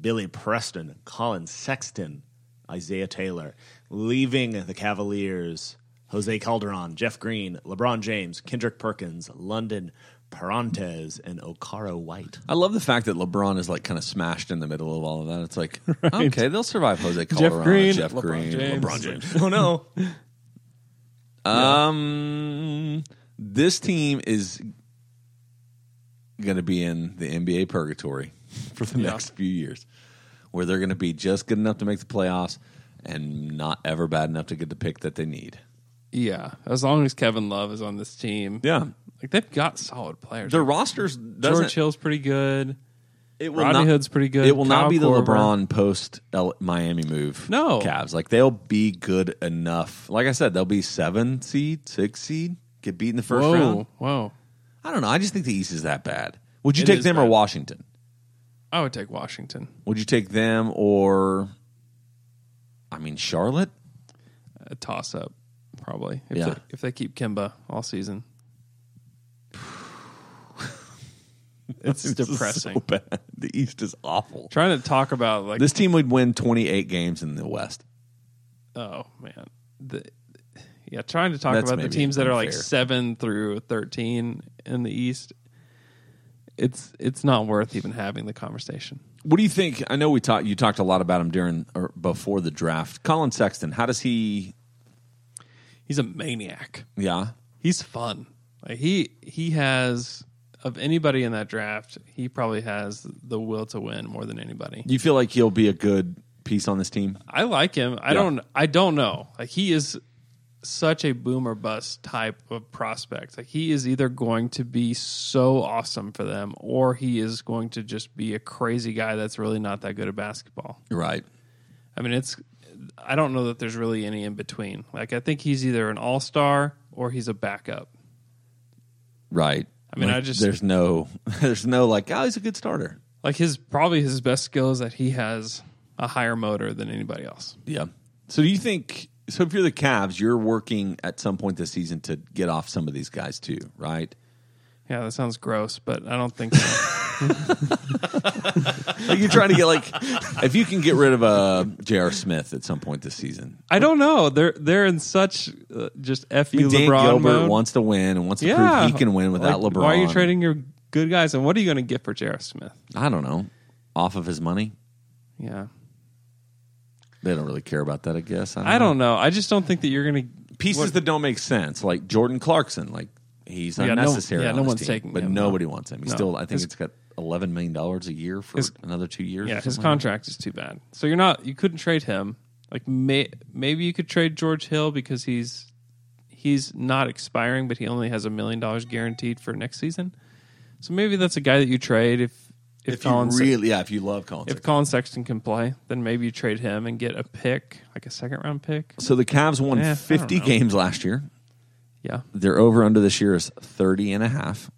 Speaker 4: Billy Preston, Colin Sexton, Isaiah Taylor. Leaving the Cavaliers, Jose Calderon, Jeff Green, LeBron James, Kendrick Perkins, London Parantes, and Okaro White.
Speaker 6: I love the fact that LeBron is like kind of smashed in the middle of all of that. It's like, okay, they'll survive Jose Calderon, Jeff Green,
Speaker 5: Green, LeBron James.
Speaker 6: LeBron James.
Speaker 4: Oh no.
Speaker 6: Um, this team is going to be in the NBA purgatory for the next few years, where they're going to be just good enough to make the playoffs and not ever bad enough to get the pick that they need.
Speaker 5: Yeah, as long as Kevin Love is on this team,
Speaker 6: Yeah,
Speaker 5: like they've got solid players.
Speaker 6: their rosters doesn't.
Speaker 5: George Hill's pretty good.
Speaker 6: it will
Speaker 5: Rodney
Speaker 6: not-
Speaker 5: Hood's pretty good.
Speaker 6: It will
Speaker 5: Kyle
Speaker 6: not be the
Speaker 5: Korver.
Speaker 6: LeBron post L- Miami move.
Speaker 5: No.
Speaker 6: Cavs like they'll be good enough. Like I said, they'll be seven seed, six seed, get beat in the first
Speaker 5: Whoa,
Speaker 6: round.
Speaker 5: whoa!
Speaker 6: I don't know. I just think the East is that bad. Would you
Speaker 5: It
Speaker 6: take
Speaker 5: is
Speaker 6: them or
Speaker 5: bad.
Speaker 6: Washington?
Speaker 5: I would take Washington.
Speaker 6: Would you take them or, I mean, Charlotte?
Speaker 5: A toss up, probably. If,
Speaker 6: Yeah.
Speaker 5: they, if they keep Kimba all season, it's
Speaker 6: This is
Speaker 5: depressing.
Speaker 6: so bad. The East is awful.
Speaker 5: Trying to talk about like
Speaker 6: This team would win 28 games in the West.
Speaker 5: Oh man, the, yeah. Trying to talk
Speaker 6: That's
Speaker 5: about the
Speaker 6: maybe
Speaker 5: teams that are like
Speaker 6: unfair.
Speaker 5: seven through thirteen in the East. It's it's not worth even having the conversation.
Speaker 6: What do you think? I know we talked. You talked a lot about him during or before the draft. Colin Sexton. How does he?
Speaker 5: He's a maniac.
Speaker 6: Yeah,
Speaker 5: He's fun. Like he he has of anybody in that draft, he probably has the will to win more than anybody.
Speaker 6: you feel like he'll be a good piece on this team.
Speaker 5: I like him. I
Speaker 6: Yeah.
Speaker 5: don't I don't know. Like he is such a boom or bust type of prospect. Like he is either going to be so awesome for them or he is going to just be a crazy guy that's really not that good at basketball.
Speaker 6: Right.
Speaker 5: I mean, it's I don't know that there's really any in between. Like I think he's either an all-star or he's a backup.
Speaker 6: Right.
Speaker 5: I mean,
Speaker 6: Like,
Speaker 5: I just-
Speaker 6: there's no there's no like oh he's a good starter.
Speaker 5: Like his probably his best skill is that he has a higher motor than anybody else.
Speaker 6: Yeah. So do you think? So if you're the Cavs, you're working at some point this season to get off some of these guys too, right?
Speaker 5: Yeah, that sounds gross, but I don't think so.
Speaker 6: Are you trying to get like if you can get rid of uh, J.R. Smith at some point this season?
Speaker 5: I don't know. They're they're in such uh, just fu
Speaker 6: I mean, Dan
Speaker 5: LeBron
Speaker 6: Gilbert
Speaker 5: mode.
Speaker 6: wants to win and wants to
Speaker 5: yeah,
Speaker 6: prove he can win without
Speaker 5: Like,
Speaker 6: LeBron.
Speaker 5: Why are you trading your good guys? And what are you going to get for J.R. Smith?
Speaker 6: I don't know. Off of his money,
Speaker 5: Yeah,
Speaker 6: they don't really care about that. I guess.
Speaker 5: I don't know. I just don't think that you're going to
Speaker 6: pieces
Speaker 5: What-
Speaker 6: that don't make sense, like Jordan Clarkson. Like he's
Speaker 5: Yeah, no-
Speaker 6: unnecessary.
Speaker 5: yeah,
Speaker 6: on
Speaker 5: no
Speaker 6: this
Speaker 5: one's
Speaker 6: team,
Speaker 5: taking
Speaker 6: but
Speaker 5: him, no.
Speaker 6: nobody wants him. He's
Speaker 5: No.
Speaker 6: still, I think,
Speaker 5: His-
Speaker 6: it's got eleven million dollars a year for
Speaker 5: His-
Speaker 6: another two years.
Speaker 5: Yeah,
Speaker 6: or
Speaker 5: his
Speaker 6: something like
Speaker 5: contract is too bad. So you're not you couldn't trade him. Like may, maybe you could trade George Hill because he's he's not expiring, but he only has a million dollars guaranteed for next season. So maybe that's a guy that you trade if
Speaker 6: that.
Speaker 5: if,
Speaker 6: If
Speaker 5: Colin
Speaker 6: you
Speaker 5: Se-
Speaker 6: really, yeah, if you love Colin.
Speaker 5: if Colin Sexton can play, then maybe you trade him and get a pick, like a second round pick.
Speaker 6: so the Cavs won
Speaker 5: Eh, I don't
Speaker 6: 50
Speaker 5: know.
Speaker 6: games last year.
Speaker 5: Yeah.
Speaker 6: Their over under this year is 30 and a half.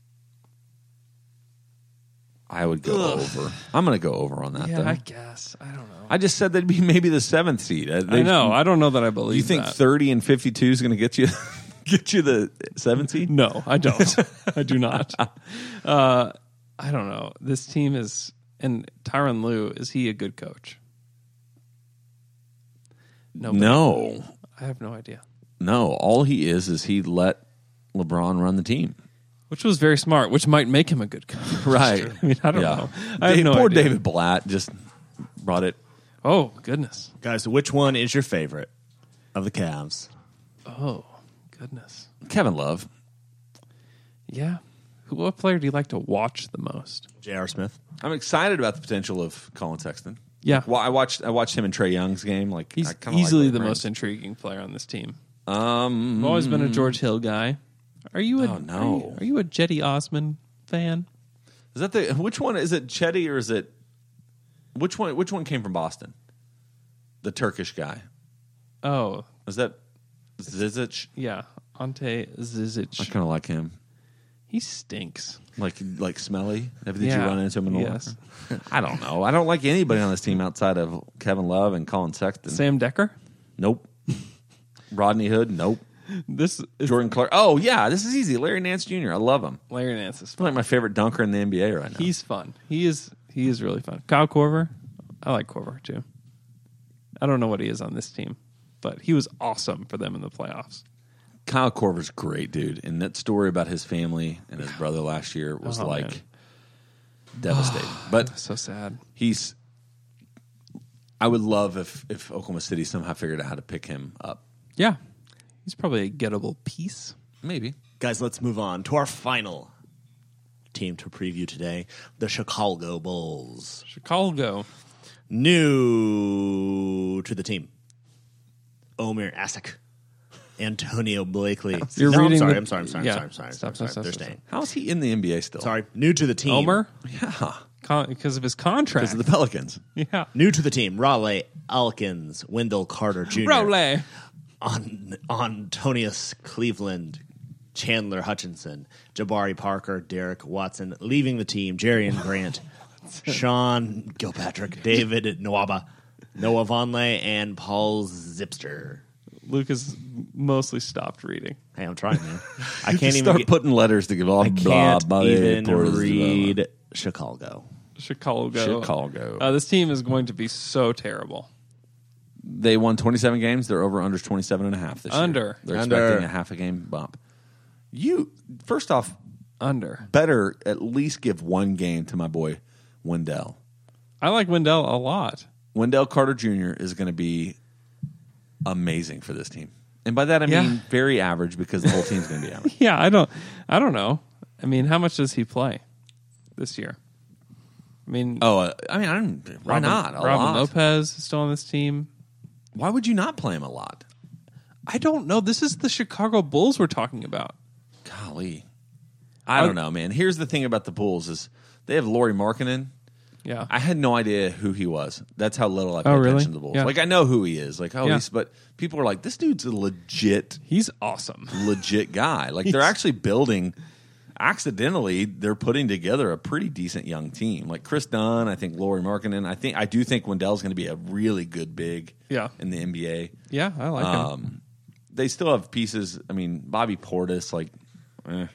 Speaker 6: I would go over. I'm going to go over on that,
Speaker 5: Yeah,
Speaker 6: though.
Speaker 5: I
Speaker 6: I,
Speaker 5: guess. I don't know.
Speaker 6: just said they'd be maybe the seventh seed. Uh,
Speaker 5: I
Speaker 6: they-
Speaker 5: know. I don't know that I
Speaker 6: Do
Speaker 5: believe
Speaker 6: you think
Speaker 5: that.
Speaker 6: 30 and 52 is going to get you get you the seventh seed?
Speaker 5: No, I don't. I do not. Uh, I don't know. This team is and Tyron Lue is he a good coach? No,
Speaker 6: No.
Speaker 5: I have no idea.
Speaker 6: No. All he is is he let LeBron run the team.
Speaker 5: Which was very smart. Which might make him a good coach.
Speaker 6: Right.
Speaker 5: I mean, I don't
Speaker 6: Yeah.
Speaker 5: know. I have
Speaker 6: Dave-
Speaker 5: no
Speaker 6: poor
Speaker 5: idea.
Speaker 6: David Blatt just brought it.
Speaker 5: Oh goodness.
Speaker 4: Guys, which one is your favorite of the Cavs?
Speaker 5: Oh goodness.
Speaker 6: Kevin Love.
Speaker 5: Yeah. Who- What player do you like to watch the most?
Speaker 4: J.R. Smith.
Speaker 6: I'm excited about the potential of Colin Sexton.
Speaker 5: Yeah.
Speaker 6: Well, I watched I watched him in Trey Young's game. Like I
Speaker 5: He's
Speaker 6: kinda like
Speaker 5: easily
Speaker 6: Blake
Speaker 5: the
Speaker 6: Grimes.
Speaker 5: most intriguing player on this team.
Speaker 6: Um,
Speaker 5: I've always been a George Hill guy. Are you a
Speaker 6: Oh, no.
Speaker 5: Are you, are you a Jetty Osman fan?
Speaker 6: is that the which one is it? Chetty or is it which one? Which one came from Boston? The Turkish guy
Speaker 5: Oh,
Speaker 6: is that Zizic?
Speaker 5: Yeah, Ante
Speaker 6: I
Speaker 5: Zizic.
Speaker 6: kind of like him.
Speaker 5: He stinks.
Speaker 6: Like like smelly. Have- Did
Speaker 5: Yeah.
Speaker 6: you run into him in the
Speaker 5: Yes.
Speaker 6: locker? I don't know. I don't like anybody on this team outside of Kevin Love and Colin Sexton.
Speaker 5: Sam Decker.
Speaker 6: Nope. Rodney Hood. Nope.
Speaker 5: This is
Speaker 6: Jordan Clark. Oh yeah, this is easy. Larry Nance Jr. I love him.
Speaker 5: Larry Nance. Is
Speaker 6: He's
Speaker 5: fun.
Speaker 6: like my favorite dunker in the NBA right now.
Speaker 5: He's fun. He is. He is really fun. Kyle Corver. I like Corver too. I don't know what he is on this team, but he was awesome for them in the playoffs.
Speaker 6: Kyle Korver's great, dude. And that story about his family and his brother last year was
Speaker 5: Oh,
Speaker 6: like
Speaker 5: man.
Speaker 6: devastating. But
Speaker 5: So sad.
Speaker 6: he's I would love if if Oklahoma City somehow figured out how to pick him up.
Speaker 5: Yeah, he's probably a gettable piece.
Speaker 6: Maybe.
Speaker 4: Guys, let's move on to our final team to preview today the Chicago Bulls.
Speaker 5: Chicago.
Speaker 4: New to the team Omer Asik, Antonio Blakely.
Speaker 5: You're
Speaker 4: no, I'm
Speaker 5: reading
Speaker 4: sorry,
Speaker 5: the-
Speaker 4: I'm sorry, I'm sorry,
Speaker 5: yeah.
Speaker 4: I'm sorry, I'm sorry.
Speaker 5: Stop,
Speaker 4: I'm
Speaker 5: stop,
Speaker 4: sorry.
Speaker 5: stop,
Speaker 4: They're
Speaker 5: stop,
Speaker 4: staying.
Speaker 6: How's he in the NBA still?
Speaker 4: Sorry, new to the team.
Speaker 5: Omer.
Speaker 6: Yeah.
Speaker 5: Because of his contract.
Speaker 6: Because of the Pelicans.
Speaker 5: yeah.
Speaker 4: New to the team, Raleigh Alkins, Wendell Carter Jr.,
Speaker 5: Role.
Speaker 4: on Antonius Cleveland, Chandler Hutchinson, Jabari Parker, Derek Watson, leaving the team, Jerry and Grant, Sean Gilpatrick, David Nwaba, Noah Vonleh, and Paul Zipster.
Speaker 5: Luke has mostly stopped reading.
Speaker 4: Hey, I'm trying, man. I
Speaker 6: You
Speaker 4: can't
Speaker 6: just
Speaker 4: even
Speaker 6: start
Speaker 4: get-
Speaker 6: putting letters together. Blah,
Speaker 4: I can't
Speaker 6: blah, blah,
Speaker 4: even
Speaker 6: blah, blah, blah.
Speaker 4: read Chicago.
Speaker 5: Chicago.
Speaker 6: Chicago.
Speaker 5: Uh, this team is going to be so terrible.
Speaker 6: They won 27 games. They're over under 27 and a half this year.
Speaker 5: Under.
Speaker 6: They're
Speaker 4: Under.
Speaker 6: expecting a half a game bump. You first off,
Speaker 5: Under.
Speaker 6: better at least give one game to my boy Wendell.
Speaker 5: I like Wendell a lot.
Speaker 6: Wendell Carter Jr. is going to be amazing for this team, and by that I
Speaker 5: Yeah.
Speaker 6: mean very average because the whole team's going to be average.
Speaker 5: Yeah, I don't. I don't know. I mean, how much does he play this year? I mean,
Speaker 6: Oh, uh, I mean, I don't, why
Speaker 5: Robin,
Speaker 6: not? A
Speaker 5: Robin
Speaker 6: lot.
Speaker 5: Lopez is still on this team.
Speaker 6: Why would you not play him a lot?
Speaker 5: I don't know. This is the Chicago Bulls we're talking about.
Speaker 6: Golly, I don't know, man. Here's the thing about the Bulls is they have Laurie Markkinen.
Speaker 5: Yeah,
Speaker 6: I had no idea who he was. That's how little I pay
Speaker 5: Oh, really?
Speaker 6: attention to the Bulls.
Speaker 5: Yeah.
Speaker 6: Like I know who he is. Like oh,
Speaker 5: Yeah.
Speaker 6: he's but people are like this dude's a legit
Speaker 5: he's awesome.
Speaker 6: legit guy. Like they're actually building. Accidentally, they're putting together a pretty decent young team. Like Chris Dunn, I think Laurie Markkinen. I think I do think Wendell's going to be a really good big.
Speaker 5: Yeah.
Speaker 6: in the NBA,
Speaker 5: Yeah, I like
Speaker 6: Um,
Speaker 5: him.
Speaker 6: they still have pieces. I mean, Bobby Portis, like eh,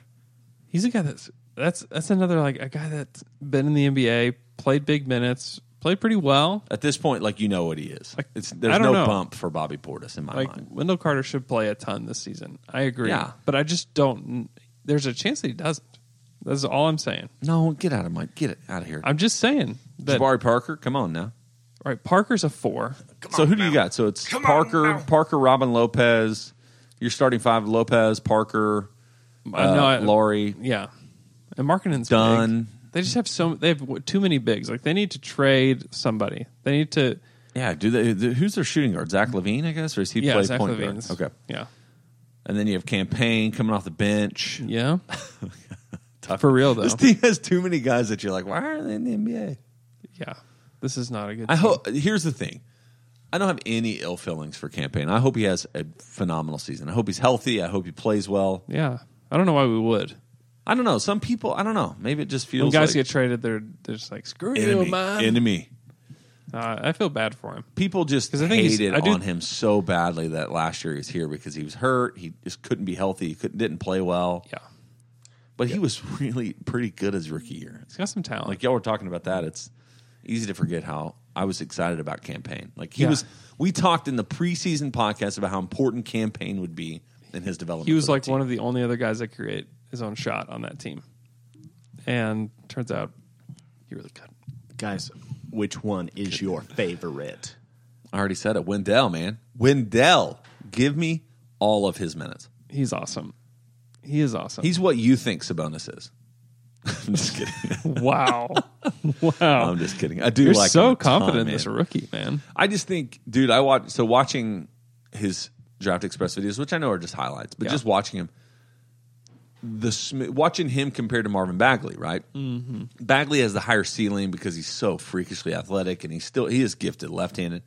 Speaker 5: He's a guy that's that's that's another like a guy that's been in the NBA, played big minutes, played pretty well.
Speaker 6: At this point, like you know what he is.
Speaker 5: Like,
Speaker 6: it's
Speaker 5: I
Speaker 6: there's
Speaker 5: don't
Speaker 6: no
Speaker 5: know.
Speaker 6: bump for Bobby Portis in my
Speaker 5: Like
Speaker 6: mind.
Speaker 5: Wendell Carter should play a ton this season. I agree.
Speaker 6: Yeah.
Speaker 5: But I just don't there's a chance that he doesn't. That's all I'm saying.
Speaker 6: No, get out of my get it out of here.
Speaker 5: I'm just saying that
Speaker 6: Jabari Parker, come on now.
Speaker 5: all right, Parker's a four.
Speaker 6: so who do you got? So it's Parker, Parker, Robin Lopez. You're starting five: Lopez, Parker, uh,
Speaker 5: I know I-
Speaker 6: Laurie.
Speaker 5: Yeah, and Markkinen's
Speaker 6: Dunn.
Speaker 5: big. They just have so they have w- too many bigs. Like they need to trade somebody. They need to.
Speaker 6: Yeah, do they? the- Who's their shooting guard? Zach Levine, I guess, or is he
Speaker 5: Yeah,
Speaker 6: play
Speaker 5: Zach
Speaker 6: point
Speaker 5: Levine's.
Speaker 6: guard? Okay,
Speaker 5: Yeah.
Speaker 6: and then you have campaign coming off the bench.
Speaker 5: Yeah. For real though.
Speaker 6: This team has too many guys that you're like, why aren't they in the NBA?
Speaker 5: yeah. This is not a good.
Speaker 6: I
Speaker 5: team.
Speaker 6: hope. Here's the thing. I don't have any ill feelings for campaign. I hope he has a phenomenal season. I hope he's healthy. I hope he plays well.
Speaker 5: Yeah. I don't know why we would.
Speaker 6: I don't know. Some people, I don't know. Maybe it just feels
Speaker 5: When guys
Speaker 6: like
Speaker 5: get traded, they're they're just like screw you,
Speaker 6: enemy,
Speaker 5: man.
Speaker 6: enemy.
Speaker 5: Uh, I feel bad for him.
Speaker 6: people just
Speaker 5: 'Cause I think he's-
Speaker 6: hated
Speaker 5: I do-
Speaker 6: on him so badly that last year he was here because he was hurt. He just couldn't be healthy. He couldn't, didn't play well.
Speaker 5: Yeah.
Speaker 6: But he was really pretty good his rookie year.
Speaker 5: He's got some talent.
Speaker 6: Like y'all were talking about that. It's easy to forget how I was excited about campaign. Like he
Speaker 5: Yeah.
Speaker 6: was. We talked in the preseason podcast about how important campaign would be in his development.
Speaker 5: he was
Speaker 6: for the
Speaker 5: like
Speaker 6: team.
Speaker 5: one of the only other guys that create his own shot on that team, and turns out he really couldn't.
Speaker 4: Guys, which one is your favorite?
Speaker 6: I already said it. Wendell, man, Wendell, give me all of his minutes.
Speaker 5: He's awesome. He is awesome.
Speaker 6: He's what you think Sabonis is. I'm just kidding.
Speaker 5: wow.
Speaker 6: I'm just kidding. I do
Speaker 5: You're
Speaker 6: like him
Speaker 5: so
Speaker 6: a ton,
Speaker 5: confident in this
Speaker 6: man.
Speaker 5: rookie, man.
Speaker 6: I just think, dude, I watch so watching his Draft Express videos, which I know are just highlights, but
Speaker 5: Yeah.
Speaker 6: just watching him, the sm- watching him compared to Marvin Bagley, right? Mm-hmm. Bagley has the higher ceiling because he's so freakishly athletic, and he's still he is gifted left handed.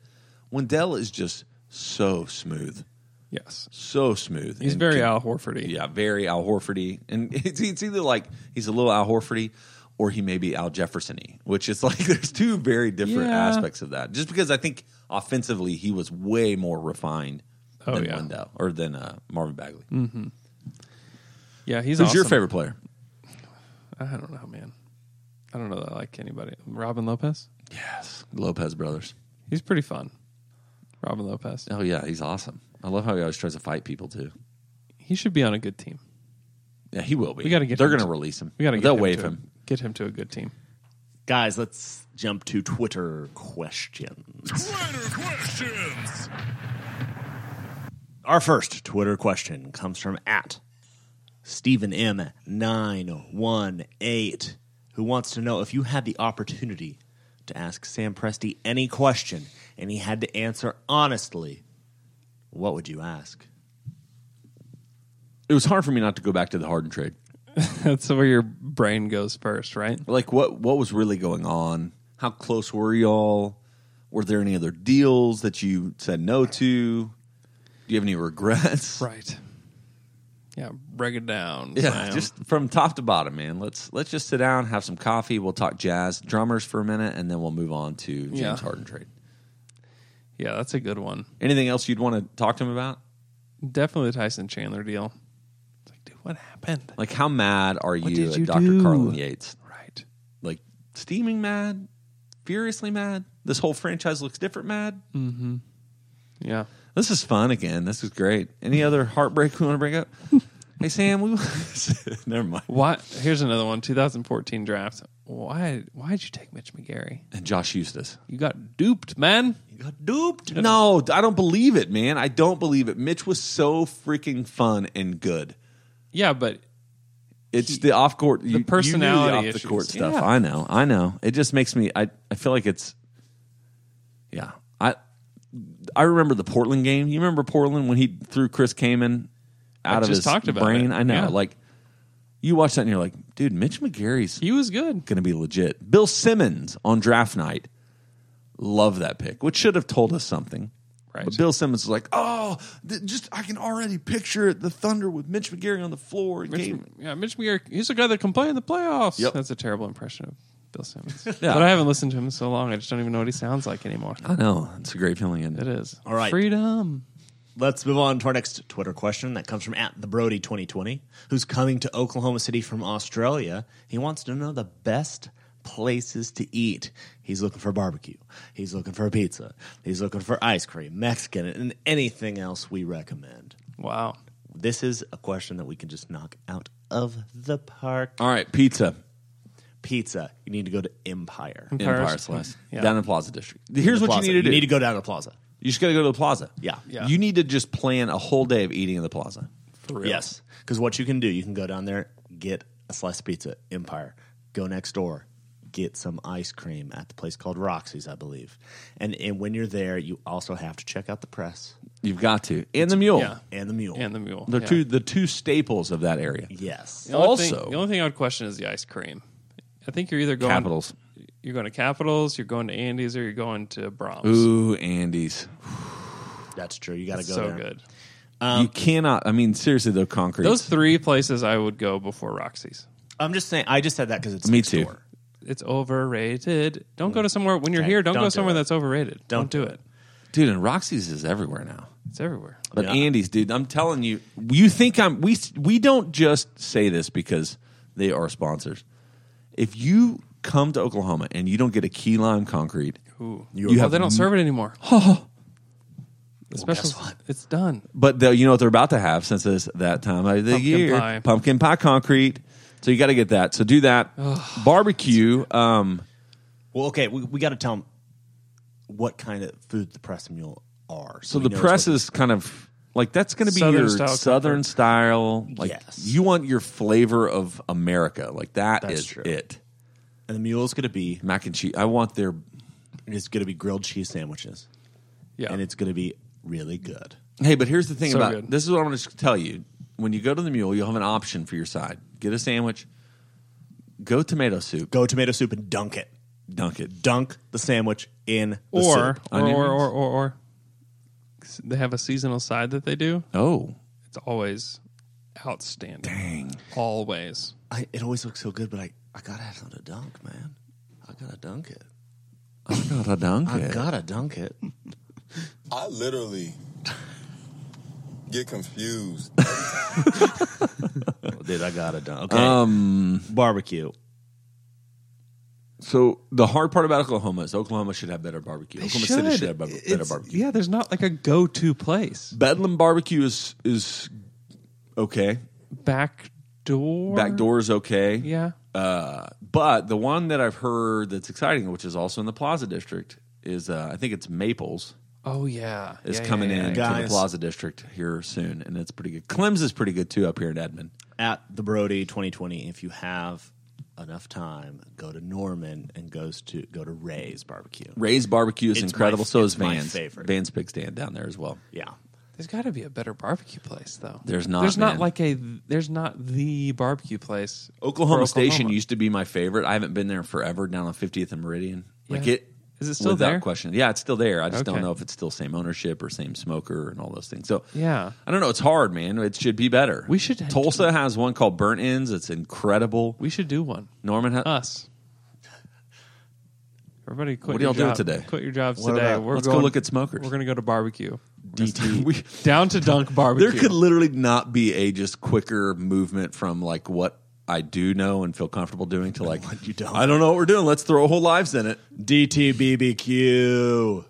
Speaker 6: Wendell is just so smooth,
Speaker 5: Yes.
Speaker 6: so smooth.
Speaker 5: He's
Speaker 6: and
Speaker 5: very
Speaker 6: can-
Speaker 5: Al Horfordy.
Speaker 6: yeah, very Al Horfordy, and it's, it's either like he's a little Al Horfordy or he may be Al Jeffersony, which is like there's two very different
Speaker 5: Yeah.
Speaker 6: aspects of that. Just because I think offensively he was way more refined
Speaker 5: Oh,
Speaker 6: than
Speaker 5: yeah.
Speaker 6: Wendell or than uh, Marvin Bagley.
Speaker 5: Yeah, he's
Speaker 6: Who's your
Speaker 5: awesome.
Speaker 6: favorite player?
Speaker 5: I don't know, man. I don't know that I like anybody. Robin Lopez?
Speaker 6: Yes, Lopez brothers.
Speaker 5: He's pretty fun. Robin Lopez.
Speaker 6: Oh yeah, he's awesome. I love how he always tries to fight people too.
Speaker 5: He should be on a good team.
Speaker 6: Yeah, he will be.
Speaker 5: We gotta get
Speaker 6: They're
Speaker 5: him
Speaker 6: going to
Speaker 5: to-
Speaker 6: release him.
Speaker 5: We got to
Speaker 6: They'll waive him.
Speaker 5: Get him to a good team.
Speaker 4: Guys, let's jump to Twitter questions. Our first Twitter question comes from at Stephen M nine one eight, who wants to know if you had the opportunity to ask Sam Presti any question and he had to answer honestly, what would you ask?
Speaker 6: It was hard for me not to go back to the Harden trade.
Speaker 5: That's where your brain goes first, right?
Speaker 6: like what what was really going on how close were y'all were there any other deals that you said no to do you have any regrets
Speaker 5: Right. Yeah, break it down.
Speaker 6: yeah
Speaker 5: Sam.
Speaker 6: just from top to bottom man let's let's just sit down have some coffee we'll talk jazz drummers for a minute and then we'll move on to james
Speaker 5: Yeah.
Speaker 6: harden trade
Speaker 5: yeah, that's a good one.
Speaker 6: anything else you'd want to talk to him about
Speaker 5: Definitely the Tyson Chandler deal. It's like, dude, what happened?
Speaker 6: like how mad are you
Speaker 5: did
Speaker 6: at
Speaker 5: you
Speaker 6: dr
Speaker 5: do?
Speaker 6: carlin yates
Speaker 5: Right.
Speaker 6: like steaming mad furiously mad this whole franchise looks different mad
Speaker 5: Mm. Yeah.
Speaker 6: This is fun again. This is great. Any other heartbreak we want to bring up? hey Sam, we never mind.
Speaker 5: Why? Here's another one. 2014 draft. Why? Why did you take Mitch McGarry?
Speaker 6: And Josh Eustace.
Speaker 5: You got duped, man.
Speaker 6: You got duped. No, I don't believe it, man. I don't believe it. Mitch was so freaking fun and good.
Speaker 5: Yeah, but
Speaker 6: It's the off court, you- you knew
Speaker 5: personality
Speaker 6: off
Speaker 5: issues.
Speaker 6: the court stuff.
Speaker 5: Yeah.
Speaker 6: I know, I know. It just makes me. I I feel like it's. Yeah, I I remember the Portland game. You remember Portland when he threw Chris Kaman out
Speaker 5: I
Speaker 6: of
Speaker 5: just
Speaker 6: his
Speaker 5: talked about
Speaker 6: brain?
Speaker 5: it.
Speaker 6: I know.
Speaker 5: Yeah.
Speaker 6: Like you watch that and you're like, dude, Mitch McGarry's
Speaker 5: he was good.
Speaker 6: going to be legit. Bill Simmons on draft night. Love that pick, which should have told us something.
Speaker 5: Right.
Speaker 6: But Bill Simmons is like, oh, th- just I can already picture the Thunder with Mitch McGarry on the floor. and
Speaker 5: Mitch,
Speaker 6: Game.
Speaker 5: yeah, Mitch McGarry. He's the guy that can play in the playoffs.
Speaker 6: Yep.
Speaker 5: That's a terrible impression of Bill Simmons. But I haven't listened to him in
Speaker 6: Uh,
Speaker 5: so long. I just don't even know what he sounds like anymore.
Speaker 6: I know it's a great feeling. Isn't
Speaker 5: It
Speaker 6: it?
Speaker 5: is.
Speaker 4: All right.
Speaker 5: Freedom.
Speaker 4: Let's move on to our next Twitter question that comes from at the Brody 2020, who's coming to Oklahoma City from Australia. He wants to know the best places to eat. He's looking for barbecue. He's looking for pizza. He's looking for ice cream, Mexican, and anything else we recommend.
Speaker 5: Wow.
Speaker 4: This is a question that we can just knock out of the park.
Speaker 6: All right, pizza.
Speaker 4: Pizza. You need to go to Empire.
Speaker 5: Empire
Speaker 6: Empire
Speaker 5: Slice.
Speaker 6: Slice.
Speaker 5: Yeah.
Speaker 6: Down in Plaza District. Here's what
Speaker 4: Plaza.
Speaker 6: you need to do.
Speaker 4: You need to go down to the plaza.
Speaker 6: You just got to go to the plaza.
Speaker 4: Yeah.
Speaker 5: Yeah.
Speaker 6: You need to just plan a whole day of eating in the plaza.
Speaker 4: Yes, because what you can do, you can go down there, get a slice of pizza, Empire. Go next door, get some ice cream at the place called Roxy's, I believe. And and when you're there, you also have to check out the press
Speaker 6: You've got to. And the mule.
Speaker 5: Yeah.
Speaker 4: and the mule.
Speaker 5: And the mule.
Speaker 6: They're
Speaker 5: yeah.
Speaker 6: two the two staples of that area.
Speaker 4: yes,
Speaker 5: The only
Speaker 6: Also-
Speaker 5: thing, the only thing I would question is the ice cream. I think you're either going
Speaker 6: Capitals.
Speaker 5: You're going to Capitals, you're going to Andes, or you're going to Brahms.
Speaker 6: Ooh, Andes.
Speaker 4: that's true. You got to go
Speaker 5: so
Speaker 4: there.
Speaker 5: good.
Speaker 6: you cannot I mean seriously though concrete.
Speaker 5: Those three places I would go before Roxy's.
Speaker 4: I'm just saying. I just said that because it's
Speaker 6: Me
Speaker 4: next
Speaker 6: too.
Speaker 4: door.
Speaker 5: It's overrated. Don't go to somewhere when you're
Speaker 4: Okay,
Speaker 5: here. Don't,
Speaker 4: don't
Speaker 5: go
Speaker 4: do
Speaker 5: somewhere
Speaker 4: it.
Speaker 5: that's overrated.
Speaker 4: Don't
Speaker 5: Don't,
Speaker 4: do
Speaker 5: do
Speaker 4: it.
Speaker 5: it.
Speaker 6: dude, and Roxy's is everywhere now.
Speaker 5: It's everywhere.
Speaker 6: But
Speaker 4: Yeah.
Speaker 6: Andes, dude, I'm telling you, you think I'm we we don't just say this because they are sponsors. If you come to Oklahoma and you don't get a key lime concrete,
Speaker 5: You,
Speaker 6: have
Speaker 5: they don't serve it anymore. the special, it's done.
Speaker 6: but the, you know what they're about to have since it's that time of the
Speaker 5: Pumpkin
Speaker 6: year,
Speaker 5: pie.
Speaker 6: pumpkin pie concrete. So you got to get that. So do that barbecue. Um,
Speaker 4: Well, okay, we, we got to tell them what kind of food the press and mule are.
Speaker 6: so
Speaker 4: we
Speaker 6: the
Speaker 4: know it's
Speaker 6: press
Speaker 4: what-
Speaker 6: is kind of like that's going to be
Speaker 5: Southern
Speaker 6: your
Speaker 5: style
Speaker 6: southern
Speaker 5: comfort.
Speaker 6: style. Like
Speaker 4: Yes.
Speaker 6: you want your flavor of America. Like that
Speaker 4: That's
Speaker 6: is
Speaker 4: true.
Speaker 6: it.
Speaker 4: and the mule is going to be
Speaker 6: Mac and cheese. I want their
Speaker 4: is going to be grilled cheese sandwiches,
Speaker 5: Yeah.
Speaker 4: and it's going to be really good.
Speaker 6: Hey, but here's the thing
Speaker 5: So
Speaker 6: about
Speaker 5: good.
Speaker 6: this is what I'm going to tell you. When you go to the mule, you'll have an option for your side. Get a sandwich. Go tomato soup.
Speaker 4: Go tomato soup and dunk it.
Speaker 6: Dunk it.
Speaker 4: dunk the sandwich in the
Speaker 5: or,
Speaker 4: soup.
Speaker 5: or,
Speaker 6: Onion
Speaker 5: or,
Speaker 6: rings.
Speaker 5: or, or, or, they have a seasonal side that they do.
Speaker 6: Oh,
Speaker 5: It's always outstanding. Dang. Always.
Speaker 4: I, it always looks so good, but I, I gotta have something to dunk, man. I gotta dunk it.
Speaker 6: I got a dunk
Speaker 4: I
Speaker 6: it.
Speaker 4: gotta dunk it.
Speaker 8: I literally get confused.
Speaker 6: Oh,
Speaker 4: Dude, I gotta dunk. Okay.
Speaker 6: Um,
Speaker 4: barbecue.
Speaker 6: So the hard part about Oklahoma is Oklahoma should have better barbecue. Oklahoma City should have better, better
Speaker 5: It's-
Speaker 6: barbecue.
Speaker 5: Yeah, there's not like a go to place.
Speaker 6: Bedlam barbecue is is okay.
Speaker 5: Back door.
Speaker 6: Back door is okay.
Speaker 5: Yeah.
Speaker 6: Uh, but the one that I've heard that's exciting, which is also in the Plaza District, is uh, I think it's Maples.
Speaker 5: Oh, yeah.
Speaker 6: is
Speaker 5: Yeah, yeah,
Speaker 6: coming
Speaker 5: yeah,
Speaker 6: in
Speaker 5: yeah.
Speaker 6: to the
Speaker 4: Guys.
Speaker 6: Plaza District here soon, and it's pretty good. Clem's is pretty good too up here in Edmond.
Speaker 4: At the Brody 2020, if you have enough time, go to Norman and goes to go to Ray's barbecue.
Speaker 6: Ray's barbecue is
Speaker 4: It's
Speaker 6: incredible.
Speaker 4: my-
Speaker 6: so is
Speaker 4: it's my
Speaker 6: Vans.
Speaker 4: favorite.
Speaker 6: Vans Big Stand down there as well.
Speaker 4: Yeah.
Speaker 5: There's got to be a better barbecue place, though.
Speaker 6: There's not,
Speaker 5: There's
Speaker 6: man.
Speaker 5: not like a. There's not the barbecue place. for
Speaker 6: Oklahoma, Station
Speaker 5: Oklahoma.
Speaker 6: used to be my favorite. I haven't been there forever. Down on 50th and Meridian, like
Speaker 5: Yeah.
Speaker 6: it
Speaker 5: Is it still
Speaker 6: without
Speaker 5: there?
Speaker 6: question. Yeah, it's still there. I just don't
Speaker 5: Okay.
Speaker 6: know if it's still same ownership or same smoker and all those things. So
Speaker 5: Yeah.
Speaker 6: I don't know. It's hard, man. It should be better.
Speaker 5: We should-
Speaker 6: Tulsa has one called Burnt Ends. It's incredible.
Speaker 5: We should do one.
Speaker 6: Norman, ha-
Speaker 5: Us. Everybody, quit
Speaker 6: What are
Speaker 5: your
Speaker 6: y'all doing
Speaker 5: job-
Speaker 6: today?
Speaker 5: Quit your jobs
Speaker 4: What
Speaker 5: today.
Speaker 4: about-
Speaker 5: we're
Speaker 6: let's
Speaker 5: going,
Speaker 6: go look at smokers.
Speaker 5: We're gonna go to barbecue.
Speaker 6: We-
Speaker 5: Down to Dunk Barbecue.
Speaker 6: There could literally not be a just quicker movement from like what I do know and feel comfortable doing to like
Speaker 4: What you don't.
Speaker 6: I don't know what we're doing. Let's throw whole lives in it.
Speaker 4: DTBBQ.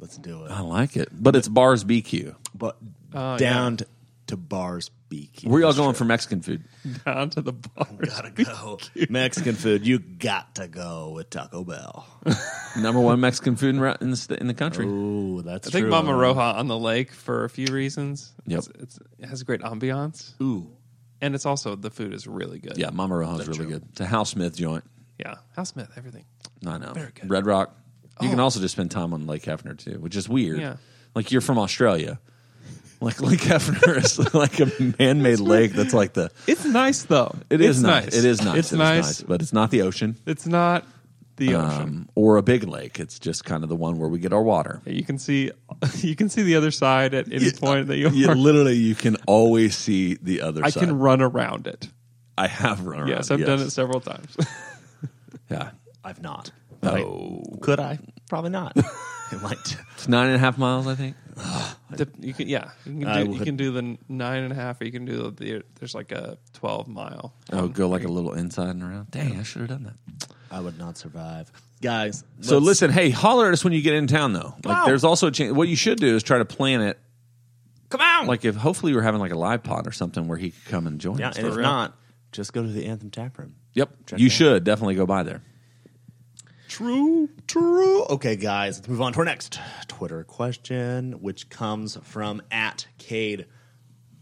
Speaker 4: Let's do it.
Speaker 6: I like it, but it's bars BQ.
Speaker 4: But
Speaker 5: Oh,
Speaker 4: down t- to bars BQ.
Speaker 6: Where y'all going for Mexican food?
Speaker 5: down to the bars.
Speaker 4: Gotta go. Mexican food, you got to go with Taco Bell.
Speaker 6: Number one Mexican food in, ra- in, the, sta- in the country.
Speaker 4: Ooh, that's
Speaker 5: I think Mama Roja on the lake for a few reasons.
Speaker 6: Yep.
Speaker 5: It's, it's, it has great ambiance,
Speaker 4: Ooh.
Speaker 5: and it's also the food is really good.
Speaker 6: Yeah, Mama Roja's really good. It's a Hal Smith joint.
Speaker 5: yeah. House Smith, everything.
Speaker 6: I know.
Speaker 5: Very good.
Speaker 6: Red Rock. You can
Speaker 5: Oh.
Speaker 6: also just spend time on Lake Hefner too, which is weird.
Speaker 5: Yeah.
Speaker 6: Like you're from Australia. Like Lake Hefner is like a man-made lake that's like the
Speaker 5: It's nice though.
Speaker 6: It
Speaker 5: it's
Speaker 6: is nice. It is nice.
Speaker 5: It's
Speaker 6: It is
Speaker 5: nice.
Speaker 6: but it's not the ocean
Speaker 5: It's not the ocean.
Speaker 6: um, or a big lake. It's just kind of the one where we get our water.
Speaker 5: You can see you can see the other side at any point that you,
Speaker 6: You,
Speaker 5: are.
Speaker 6: literally, you can always see the other
Speaker 5: I
Speaker 6: side.
Speaker 5: can run around it.
Speaker 6: I have run around.
Speaker 5: Yes, I've done it several times.
Speaker 6: Yeah,
Speaker 4: I've not.
Speaker 6: oh,
Speaker 4: Could I? Probably not. it might.
Speaker 6: it's nine and a half miles, I think.
Speaker 5: Dep- you can, yeah, you can,
Speaker 4: I
Speaker 5: do, you
Speaker 4: would-
Speaker 5: can do the nine and a half, or you can do the there's like a twelve mile.
Speaker 6: Oh, go like a little inside and around. Dang, I should have done that.
Speaker 4: I would not survive, guys.
Speaker 6: So
Speaker 4: let's-
Speaker 6: listen, hey, holler at us when you get in town, though. Like, there's also a chance. What you should do is try to plan it. Come out. Like, if hopefully we're having like a live pod or something where he could come and join
Speaker 4: Yeah,
Speaker 6: us.
Speaker 4: and
Speaker 6: for
Speaker 4: if
Speaker 6: real.
Speaker 4: not, just go to the Anthem Tap Room.
Speaker 6: yep,
Speaker 4: Check
Speaker 6: you
Speaker 4: it out.
Speaker 6: should definitely go by there.
Speaker 4: True, true. Okay, guys, let's move on to our next Twitter question, which comes from at Cade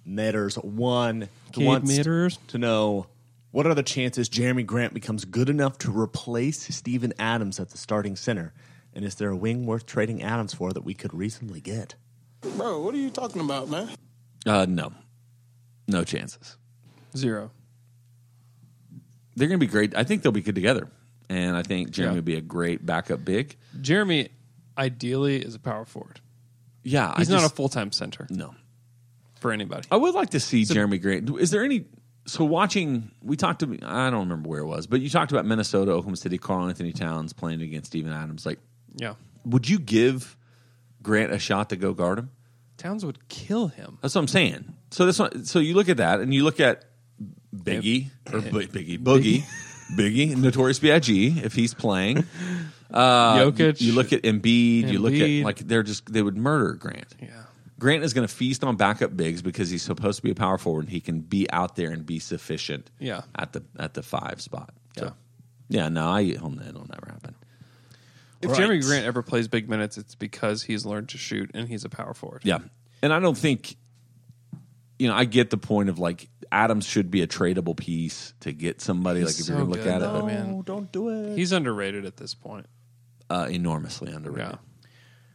Speaker 4: Metters one. who
Speaker 5: Cade
Speaker 4: wants
Speaker 5: Metters?
Speaker 4: to know what are the chances Jeremy Grant becomes good enough to replace Steven Adams at the starting center, and is there a wing worth trading Adams for that we could reasonably get?
Speaker 1: Bro, what are you talking about, man?
Speaker 6: Uh, no, no chances.
Speaker 5: Zero.
Speaker 6: They're going to be great. I think they'll be good together, and I think Jeremy
Speaker 5: Yeah.
Speaker 6: would be a great backup big.
Speaker 5: Jeremy, ideally, is a power forward.
Speaker 6: Yeah,
Speaker 5: He's
Speaker 6: I
Speaker 5: not
Speaker 6: just- Oh.
Speaker 5: a full time center
Speaker 6: no.
Speaker 5: for anybody.
Speaker 6: I would like to see Jeremy Grant. Is there any? So watching, we talked to. I don't remember where it was, but you talked about Minnesota, Oklahoma City, Carl Anthony Towns playing against Steven Adams. Like,
Speaker 5: Yeah,
Speaker 6: would you give Grant a shot to go guard him?
Speaker 5: Towns would kill him.
Speaker 6: That's what I'm saying. So that's what, so you look at that and you look at Biggie or B- Biggie Boogie, Biggie Notorious B.I.G. If he's playing, uh,
Speaker 5: Jokic.
Speaker 6: You, you look at Embiid, You look
Speaker 5: Embiid.
Speaker 6: at like they're just they would murder Grant.
Speaker 5: Yeah,
Speaker 6: Grant is going to feast on backup bigs because he's supposed to be a power forward and he can be out there and be sufficient.
Speaker 5: Yeah.
Speaker 6: at the at the five spot. Yeah,
Speaker 5: So-
Speaker 6: yeah. No, I get home. That'll never happen.
Speaker 5: if
Speaker 4: Right.
Speaker 5: Jeremy Grant ever plays big minutes, it's because he's learned to shoot and he's a power forward.
Speaker 6: Yeah. And I don't think, you know, I get the point of like Adams should be a tradable piece to get somebody, like if
Speaker 5: so
Speaker 6: you're going to look
Speaker 5: good,
Speaker 6: at it,
Speaker 5: though,
Speaker 6: but
Speaker 5: man.
Speaker 6: don't do it.
Speaker 5: he's underrated at this point.
Speaker 6: Uh, enormously underrated.
Speaker 5: Yeah,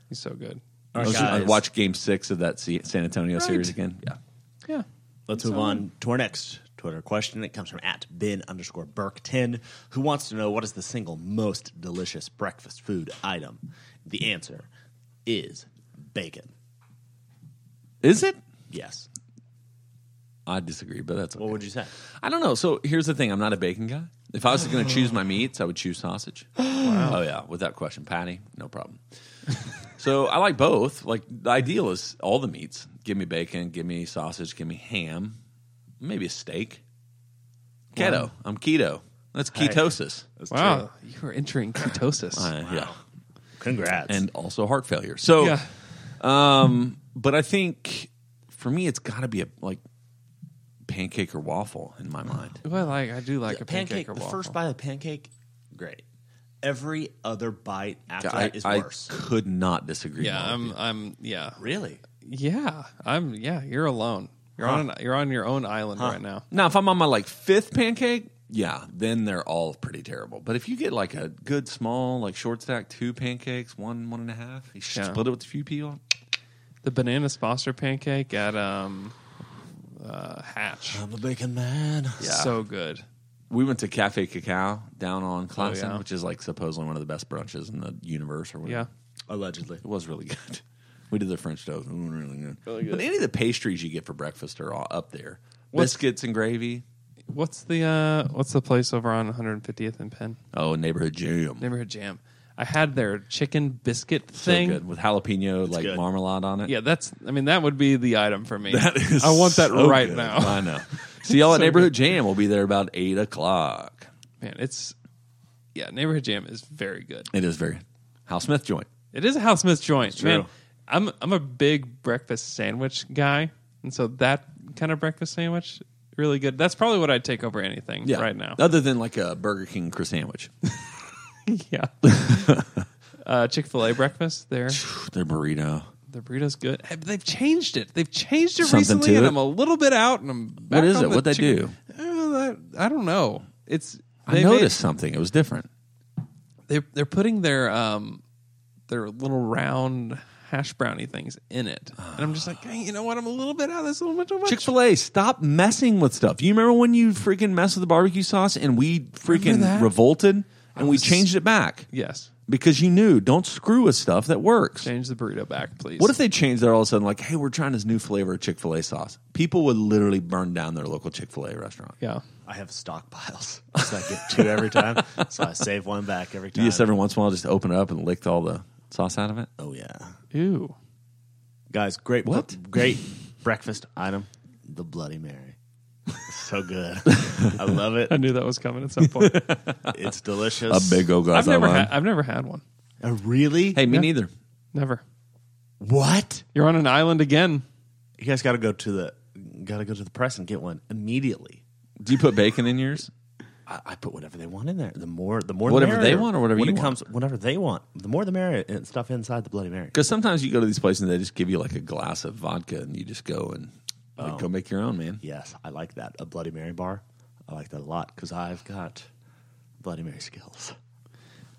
Speaker 5: he's so good.
Speaker 4: All
Speaker 6: I,
Speaker 4: right,
Speaker 6: was- I
Speaker 4: guys,
Speaker 6: watched game six of that se- San Antonio series again. Yeah.
Speaker 5: Yeah,
Speaker 4: Let's move on to our next Twitter question. It comes from at Ben underscore Burke 10, who wants to know what is the single most delicious breakfast food item? The answer is bacon.
Speaker 6: Is it?
Speaker 4: Yes.
Speaker 6: I disagree, but that's okay.
Speaker 4: What would you say?
Speaker 6: I don't know. So here's the thing I'm not a bacon guy. If I was going to choose my meats, I would choose sausage. Oh, yeah. Without question. Patty, no problem. so I like both. Like, the ideal is all the meats. Give me bacon, give me sausage, give me ham, maybe a steak. Keto. I'm keto. That's ketosis.
Speaker 5: wow, you are entering ketosis.
Speaker 6: Uh, Yeah.
Speaker 4: Congrats.
Speaker 6: And also heart failure. So,
Speaker 5: Yeah.
Speaker 6: um, but I think for me, it's got to be a like pancake or waffle in my mind.
Speaker 5: Well, like I do like a pancake,
Speaker 4: pancake,
Speaker 5: or
Speaker 4: the
Speaker 5: waffle.
Speaker 4: first bite of pancake, great. Every other bite after
Speaker 6: I,
Speaker 4: that is
Speaker 6: I
Speaker 4: worse.
Speaker 6: could not disagree.
Speaker 5: Yeah,
Speaker 6: more with
Speaker 5: I'm. I'm. Yeah,
Speaker 4: really?
Speaker 5: yeah. I'm. Yeah, you're alone. You're on. An, you're on your own island right now.
Speaker 6: Now, if I'm on my like fifth pancake, yeah, then they're all pretty terrible. But if you get like a good small, like short stack, two pancakes, one, one and a half, you
Speaker 5: Yeah.
Speaker 6: split it with a few people.
Speaker 5: The banana sponsor pancake at um, uh, Hatch.
Speaker 4: I'm a bacon man.
Speaker 6: Yeah.
Speaker 5: So good.
Speaker 6: We went to Cafe Cacao down on Classen,
Speaker 5: yeah.
Speaker 6: which is like supposedly one of the best brunches in the universe or whatever.
Speaker 5: Yeah.
Speaker 4: Allegedly.
Speaker 6: It was really good. We did the French toast. It was really good. But any of the pastries you get for breakfast are all up there. Biscuits and gravy.
Speaker 5: What's the uh, What's the place over on 150th and Penn
Speaker 6: Oh, neighborhood jam.
Speaker 5: Neighborhood Jam? I had their chicken biscuit
Speaker 6: So
Speaker 5: thing.
Speaker 6: good. With jalapeno, like
Speaker 4: good.
Speaker 6: marmalade on it.
Speaker 5: Yeah, that's. I mean, that would be the item for me.
Speaker 6: That is
Speaker 5: I want that
Speaker 6: so
Speaker 5: right
Speaker 6: good.
Speaker 5: now.
Speaker 6: I know. See y'all at Neighborhood Jam. We'll be there about eight o'clock.
Speaker 5: Man, it's. Yeah, Neighborhood Jam is very good.
Speaker 6: It is very Hal Smith joint.
Speaker 5: It is a Hal Smith joint, man.
Speaker 6: true.
Speaker 5: I'm I'm a big breakfast sandwich guy, and so that kind of breakfast sandwich really good. That's probably what I'd take over anything
Speaker 6: Yeah.
Speaker 5: right now.
Speaker 6: Other than like a Burger King croissant sandwich.
Speaker 5: yeah. uh, Chick Fil A breakfast there.
Speaker 6: Their burrito.
Speaker 5: The burrito's good. Hey, but They've changed it. They've changed it
Speaker 6: Something
Speaker 5: recently,
Speaker 6: to
Speaker 5: and
Speaker 6: it?
Speaker 5: I'm a little bit out. And I'm back
Speaker 6: is
Speaker 5: on the
Speaker 6: it? What'd they
Speaker 5: chicken-
Speaker 6: do?
Speaker 5: Uh, that- I don't know. It's
Speaker 6: I
Speaker 5: they made-
Speaker 6: noticed something. It was different.
Speaker 5: they're they're putting their um their little round hash brownie things in it, and I'm just like, hey, you know what? I'm a little bit out. That's a little bit too much.
Speaker 6: Chick fil A, stop messing with stuff. You remember when you freaking messed with the barbecue sauce and we
Speaker 5: Remember
Speaker 6: freaking
Speaker 5: that?
Speaker 6: revolted and we
Speaker 5: was-
Speaker 6: changed it back
Speaker 5: yes,
Speaker 6: because you knew don't screw with stuff that works.
Speaker 5: change the burrito back, please.
Speaker 6: What if they changed that all of a sudden? Like, hey, we're trying this new flavor of Chick fil A sauce. People would literally burn down their local Chick fil A restaurant.
Speaker 5: Yeah,
Speaker 4: I have stockpiles. So I get two every time. so I save one back every
Speaker 6: Do
Speaker 4: time.
Speaker 6: you just every once in a while just open it up and lick all the sauce out of it?
Speaker 4: oh, yeah.
Speaker 5: ew.
Speaker 4: Guys, great
Speaker 6: What?
Speaker 4: great breakfast item, the Bloody Mary. so good. I love it.
Speaker 5: I knew that was coming at some point.
Speaker 4: It's delicious.
Speaker 6: A big old glass
Speaker 5: I've never
Speaker 6: of wine.
Speaker 5: had. I've never had one.
Speaker 4: Uh, really?
Speaker 6: hey, me neither.
Speaker 5: Never.
Speaker 4: what?
Speaker 5: You're on an island again.
Speaker 4: You guys got to go to the got to go to the press and get one immediately.
Speaker 6: Do you put bacon in yours?
Speaker 4: I, I put whatever they want in there. The more, the more, the
Speaker 6: Whatever they
Speaker 4: merrier.
Speaker 6: want or whatever
Speaker 4: when
Speaker 6: you
Speaker 4: it
Speaker 6: want?
Speaker 4: comes, whatever they want. The more, the merrier. And stuff inside the Bloody Mary.
Speaker 6: Because sometimes you go to these places and they just give you like a glass of vodka and you just go and like, go make your own, man.
Speaker 4: Yes, I like that. A Bloody Mary bar. I like that a lot because I've got Bloody Mary skills.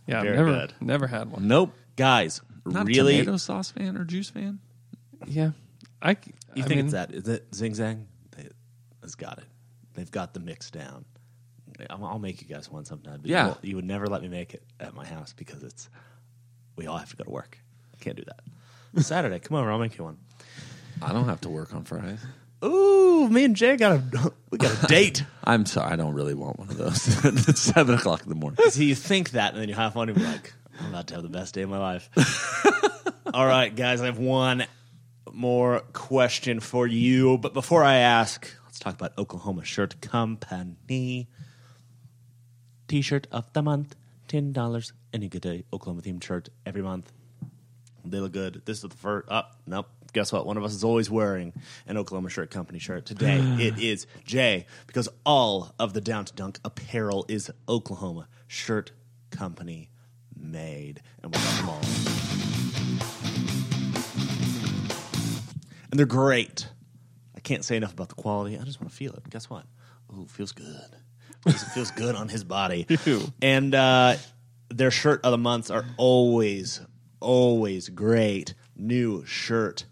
Speaker 5: Yeah, I've
Speaker 4: Very
Speaker 5: never,
Speaker 4: good.
Speaker 5: never had one.
Speaker 4: Nope, guys,
Speaker 6: Not
Speaker 4: really?
Speaker 6: a tomato sauce fan or juice fan?
Speaker 5: Yeah, I. c-
Speaker 4: You
Speaker 5: I
Speaker 4: think
Speaker 5: mean,
Speaker 4: it's that? Is it Zing Zang? They, has got it. They've got the mix down. I'll, I'll make you guys one sometime. but you
Speaker 6: Yeah.
Speaker 4: won't- you, would never let me make it at my house because it's we all have to go to work. Can't do that. Saturday, come over. I'll make you one.
Speaker 6: I don't have to work on Fridays.
Speaker 4: Ooh, me and Jay got a we got a date.
Speaker 6: I'm sorry, I don't really want one of those. it's seven o'clock in the morning.
Speaker 4: So you think that, and then you have fun, and you're like, I'm about to have the best day of my life. All right, guys, I have one more question for you. But before I ask, let's talk about Oklahoma Shirt Company. T shirt of the month, $10, and you get a Oklahoma themed shirt every month. They look good. This is the first. Up, nope. Guess what? One of us is always wearing an Oklahoma Shirt Company shirt. Today it is Jay because all of the Down to Dunk apparel is Oklahoma Shirt Company made, and we got them all. And they're great. I can't say enough about the quality. I just want to feel it. Guess what? Ooh, feels good. Feels, feels good on his body. And uh, their shirt of the months are always, always great. New shirt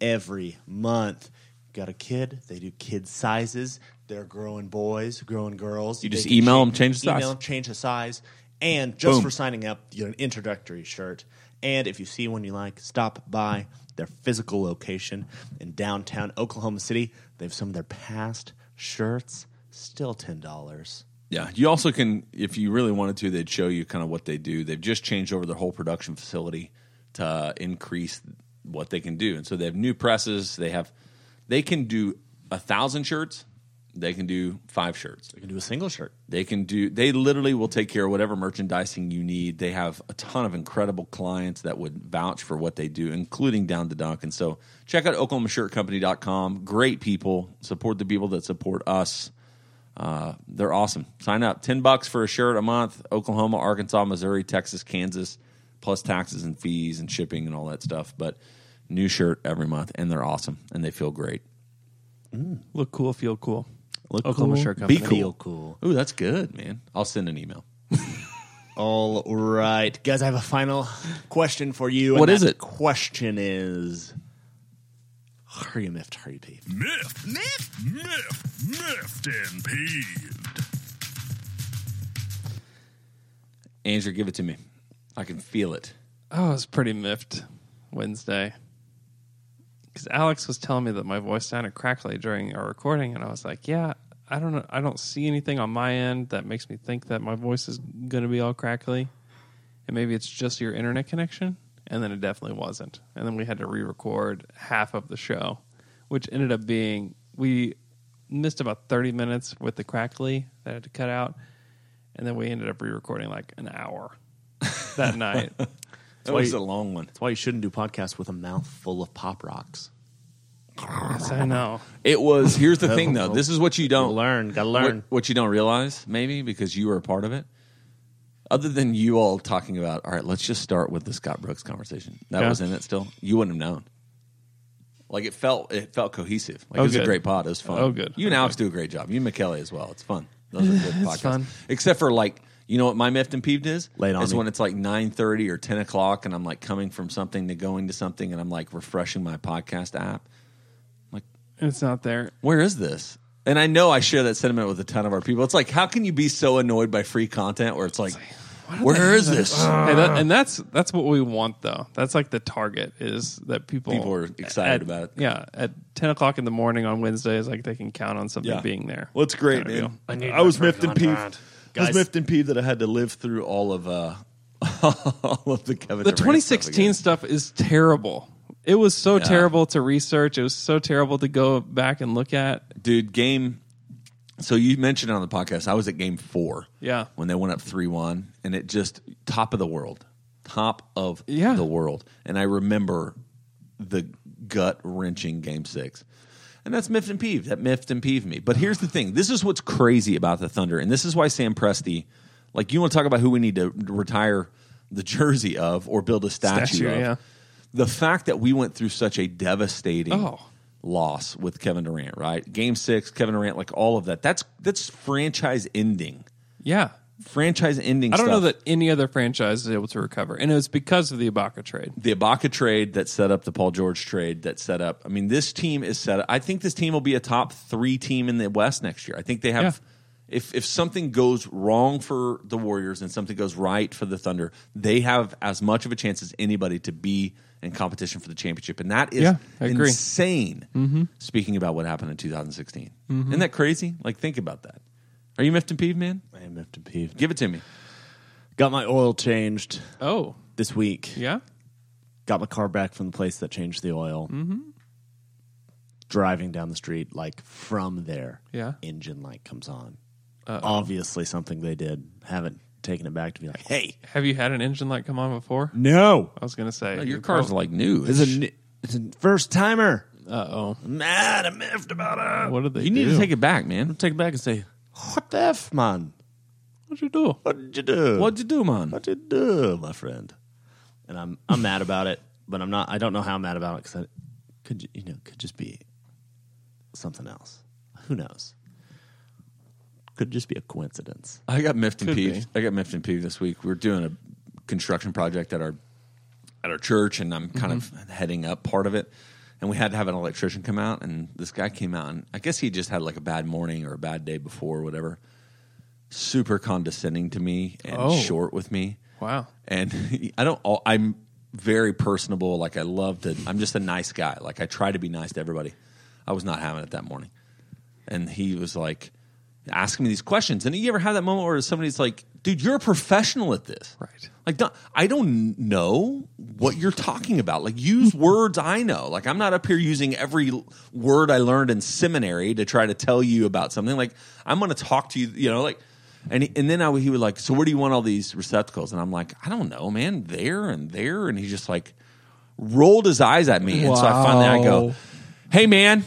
Speaker 4: every month. Got a kid? They do kid sizes. They're growing boys, growing girls.
Speaker 6: You
Speaker 4: They
Speaker 6: just
Speaker 4: can
Speaker 6: email 'em, change the size.
Speaker 4: Email 'em, change the size. And just
Speaker 6: Boom.
Speaker 4: for signing up, you get an introductory shirt. And if you see one you like, stop by their physical location in downtown Oklahoma City. They have some of their past shirts, still ten dollars.
Speaker 6: Yeah, you also can, if you really wanted to, they'd show you kind of what they do. They've just changed over their whole production facility to increase what they can do, and so they have new presses. They have, they can do a thousand shirts. They can do five shirts.
Speaker 4: You can do a single shirt.
Speaker 6: They can do. They literally will take care of whatever merchandising you need. They have a ton of incredible clients that would vouch for what they do, including Down to Dunk. And so, check out OklahomaShirtCompany.com. Great people. Support the people that support us. Uh, they're awesome. Sign up. Ten bucks for a shirt a month. Oklahoma, Arkansas, Missouri, Texas, Kansas, plus taxes and fees and shipping and all that stuff. But new shirt every month, and they're awesome and they feel great.
Speaker 5: look cool, feel cool. Oklahoma Shirt Company.
Speaker 6: Be cool.
Speaker 4: Feel cool.
Speaker 6: Ooh, that's good, man. I'll send an email.
Speaker 4: All right, guys. I have a final question for you. and
Speaker 6: What is
Speaker 4: that
Speaker 6: it?
Speaker 4: Question is, are you miffed? Are you peeved?
Speaker 9: Miffed. Miffed. Miffed. Miffed and peeved.
Speaker 6: Andrew, give it to me. I can feel it.
Speaker 5: Oh, I was pretty miffed Wednesday because Alex was telling me that my voice sounded crackly during our recording, and I was like, "Yeah, I don't know. I don't see anything on my end that makes me think that my voice is going to be all crackly, and maybe it's just your internet connection." And then it definitely wasn't. And then we had to re-record half of the show, which ended up being we missed about thirty minutes with the crackly that I had to cut out, and then we ended up re-recording like an hour that night.
Speaker 6: That was a long one.
Speaker 4: That's why you shouldn't do podcasts with a mouth full of pop rocks.
Speaker 5: Yes, I know.
Speaker 6: It was. Here's the thing, though. This is what you don't
Speaker 4: Learn, gotta
Speaker 6: What,
Speaker 4: learn.
Speaker 6: what you don't realize, maybe, because you were a part of it. Other than you all talking about, all right, let's just start with the Scott Brooks conversation. That
Speaker 5: Yeah.
Speaker 6: was in it still. You wouldn't have known. Like it felt, it felt cohesive. Like
Speaker 5: Oh,
Speaker 6: it was a
Speaker 5: good.
Speaker 6: great pod. It was fun.
Speaker 5: Oh, good.
Speaker 6: You and Alex do a great job. You and McKelly as well. It's fun. Those are good podcasts.
Speaker 5: fun.
Speaker 6: Except for like, you know what my miffed and peeved is?
Speaker 4: Late on
Speaker 6: It's
Speaker 4: me.
Speaker 6: when it's like nine thirty or ten o'clock, and I'm like coming from something to going to something, and I'm like refreshing my podcast app.
Speaker 5: It's not there.
Speaker 6: where is this? And I know I share that sentiment with a ton of our people. It's like, how can you be so annoyed by free content where it's like, where is this?
Speaker 5: Hey, that, and that's that's what we want though. That's like the target is that people
Speaker 6: People are excited
Speaker 5: at-
Speaker 6: about it.
Speaker 5: Yeah, at ten o'clock in the morning on Wednesdays, like they can count on something being there.
Speaker 6: Well, it's great,
Speaker 5: Kind of
Speaker 6: man.
Speaker 5: deal.
Speaker 6: I, was miffed and peeved. I
Speaker 4: Guys.
Speaker 6: was miffed and peeved that I had to live through all of uh, all of the Kevin.
Speaker 5: The
Speaker 6: Durant stuff
Speaker 5: 2016
Speaker 6: again.
Speaker 5: stuff is terrible. It was so terrible to research. It was so terrible to go back and look at.
Speaker 6: dude. Game. So you mentioned it on the podcast. I was at game four.
Speaker 5: Yeah.
Speaker 6: When they went up three one, and it just top of the world, top of
Speaker 5: Yeah.
Speaker 6: the world. And I remember the gut wrenching game six. And that's miffed and peeved. That miffed and peeved me. But here's the thing. This is what's crazy about the Thunder, and this is why Sam Presti, like you want to talk about who we need to retire the jersey of or build a statue,
Speaker 5: Statue,
Speaker 6: of.
Speaker 5: yeah.
Speaker 6: The fact that we went through such a devastating
Speaker 5: Oh.
Speaker 6: loss with Kevin Durant, right? Game six, Kevin Durant, like all of that. That's that's franchise ending.
Speaker 5: Yeah.
Speaker 6: Franchise ending
Speaker 5: I don't know
Speaker 6: stuff.
Speaker 5: that any other franchise is able to recover. And it was because of the Ibaka trade.
Speaker 6: the Ibaka trade that set up the Paul George trade that set up. I mean, this team is set up. I think this team will be a top three team in the West next year. I think they have. If if something goes wrong for the Warriors and something goes right for the Thunder, they have as much of a chance as anybody to be in competition for the championship, and that is
Speaker 5: Yeah, I agree.
Speaker 6: insane. Speaking about what happened in 2016, isn't that crazy? Like, think about that. Are you miffed and peeved, man?
Speaker 7: I am to peeved.
Speaker 6: Give it to me.
Speaker 7: Got my oil changed
Speaker 5: Oh,
Speaker 7: this week.
Speaker 5: yeah.
Speaker 7: Got my car back from the place that changed the oil. Mm-hmm. Driving down the street, like from there,
Speaker 5: Yeah.
Speaker 7: engine light comes on. Obviously, something they did. Haven't taken it back to be like, hey,
Speaker 5: Have you had an engine light come on before?
Speaker 7: no,
Speaker 5: I was going to say.
Speaker 6: your car's like new.
Speaker 7: it's a it's a first timer.
Speaker 5: Uh oh.
Speaker 7: Mad, I'm miffed about it.
Speaker 5: What did they
Speaker 6: you need
Speaker 5: do?
Speaker 6: to take it back, man.
Speaker 7: Take it back and say, what the f, man?
Speaker 5: What'd you do?
Speaker 7: What did you do?
Speaker 6: What'd you do, man?
Speaker 7: What you do, my friend? And I'm I'm mad about it, but I'm not. I don't know how I'm mad about it because I could ju- you know could just be something else. Who knows? Could just be a coincidence.
Speaker 6: I got miffed and
Speaker 5: Could
Speaker 6: peeved. I got miffed and peeved this week. We were doing a construction project at our at our church, and I'm kind
Speaker 5: Mm-hmm.
Speaker 6: of heading up part of it. And we had to have an electrician come out, and this guy came out, and I guess he just had like a bad morning or a bad day before, or whatever. Super condescending to me and
Speaker 5: Oh.
Speaker 6: short with me
Speaker 5: Wow.
Speaker 6: and I don't. I'm very personable. Like I love to. I'm just a nice guy. Like I try to be nice to everybody. I was not having it that morning, and he was like asking me these questions. And you ever have that moment where somebody's like, "Dude, you're a professional at this,
Speaker 5: Right.
Speaker 6: Like, don't, I don't know what you're talking about. Like, use words I know. Like, I'm not up here using every l- word I learned in seminary to try to tell you about something. Like, I'm going to talk to you, you know, like, and, he, and then I, would- he would like, so where do you want all these receptacles? And I'm like, I don't know, man, there and there. And he just like rolled his eyes at me. And so I finally, I go,
Speaker 5: Wow.
Speaker 6: hey, man,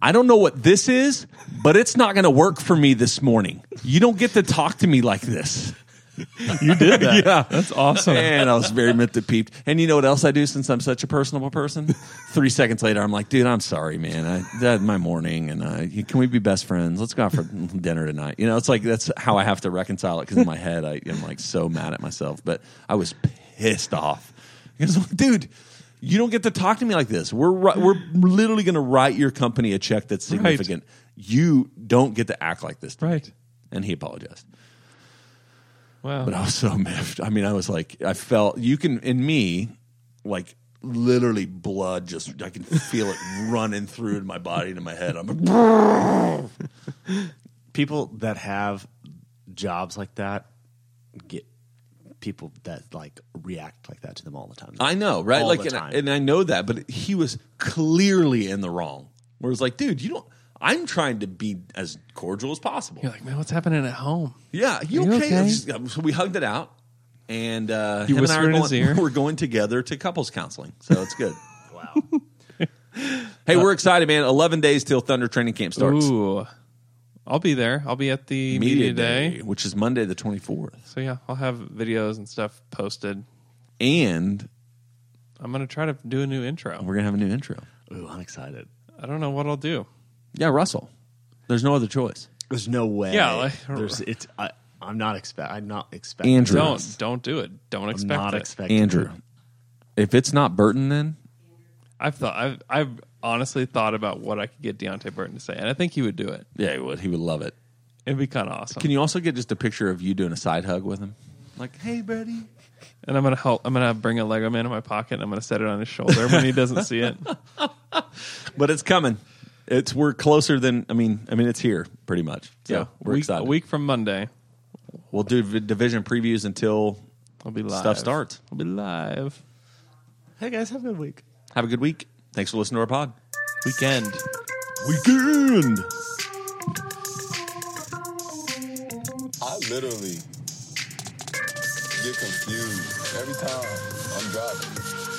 Speaker 6: I don't know what this is, but it's not going to work for me this morning. You don't get to talk to me like this. You did that. yeah. That's awesome. And I was very meant to peep. And you know what else I do since I'm such a personable person? Three seconds later, I'm like, dude, I'm sorry, man. I that my morning and uh, you- can we be best friends? Let's go out for dinner tonight. You know, it's like that's how I have to reconcile it because in my head I am like so mad at myself. But I was pissed off. Because like, dude, you don't get to talk to me like this. We're ri- we're literally going to write your company a check that's significant. You don't get to act like this. to me."
Speaker 5: Right.
Speaker 6: And he apologized.
Speaker 5: Wow.
Speaker 6: But I was so miffed. I mean, I was like, I felt you can in me, like literally blood just I can feel it running through my body to my head. I'm like,
Speaker 7: People that have jobs like that get people that like react like that to them all the time.
Speaker 6: I know, right?
Speaker 7: All
Speaker 6: like,
Speaker 7: the
Speaker 6: and, I,
Speaker 7: time.
Speaker 6: and I know that, but he was clearly in the wrong. Where it's like, dude, you don't. I'm trying to be as cordial as possible.
Speaker 5: You're like, man, what's happening at home?
Speaker 6: Yeah, you,
Speaker 5: You
Speaker 6: okay?
Speaker 5: okay?
Speaker 6: It's just- So we hugged it out, and uh,
Speaker 5: You
Speaker 6: him and I are
Speaker 5: whispered in his
Speaker 6: going,
Speaker 5: ear?
Speaker 6: We're going together to couples counseling, so it's good. wow. hey, we're excited, man! Eleven days till Thunder training camp starts.
Speaker 5: Uh, Ooh. I'll be there. I'll be at the media,
Speaker 6: Media
Speaker 5: day.
Speaker 6: day, which is Monday the twenty fourth,
Speaker 5: So yeah, I'll have videos and stuff posted.
Speaker 6: and oh,
Speaker 5: I'm gonna try to do a new intro.
Speaker 6: we're gonna have a new intro.
Speaker 7: Ooh, I'm excited.
Speaker 5: I don't know what I'll do.
Speaker 6: Yeah, Russell. There's no other choice.
Speaker 7: There's no way.
Speaker 5: Yeah, like-
Speaker 7: there's it's. I, I'm not expect. I'm not expecting.
Speaker 6: Andrew,
Speaker 5: Don't don't do it. Don't
Speaker 7: I'm
Speaker 5: expect
Speaker 7: not
Speaker 5: it.
Speaker 7: expecting.
Speaker 6: Andrew. If it's not Burton, then
Speaker 5: I've thought I've I've honestly thought about what I could get Deontay Burton to say, and I think he would do it.
Speaker 6: yeah, he would. He would love it.
Speaker 5: It'd be kind of awesome.
Speaker 6: Can you also get just a picture of you doing a side hug with him? Like, hey, buddy.
Speaker 5: and I'm gonna help. I'm gonna bring a Lego man in my pocket. and I'm gonna set it on his shoulder when he doesn't see it.
Speaker 6: but it's coming. It's we're closer than I mean. I mean, it's here pretty much. So we're
Speaker 5: week,
Speaker 6: excited.
Speaker 5: A week from Monday,
Speaker 6: We'll do v- division previews until
Speaker 5: I'll be live.
Speaker 6: stuff starts.
Speaker 5: I'll be live.
Speaker 7: Hey guys, have a good week.
Speaker 6: Have a good week. Thanks for listening to our pod.
Speaker 5: Weekend.
Speaker 6: Weekend.
Speaker 8: I literally get confused every time I'm driving.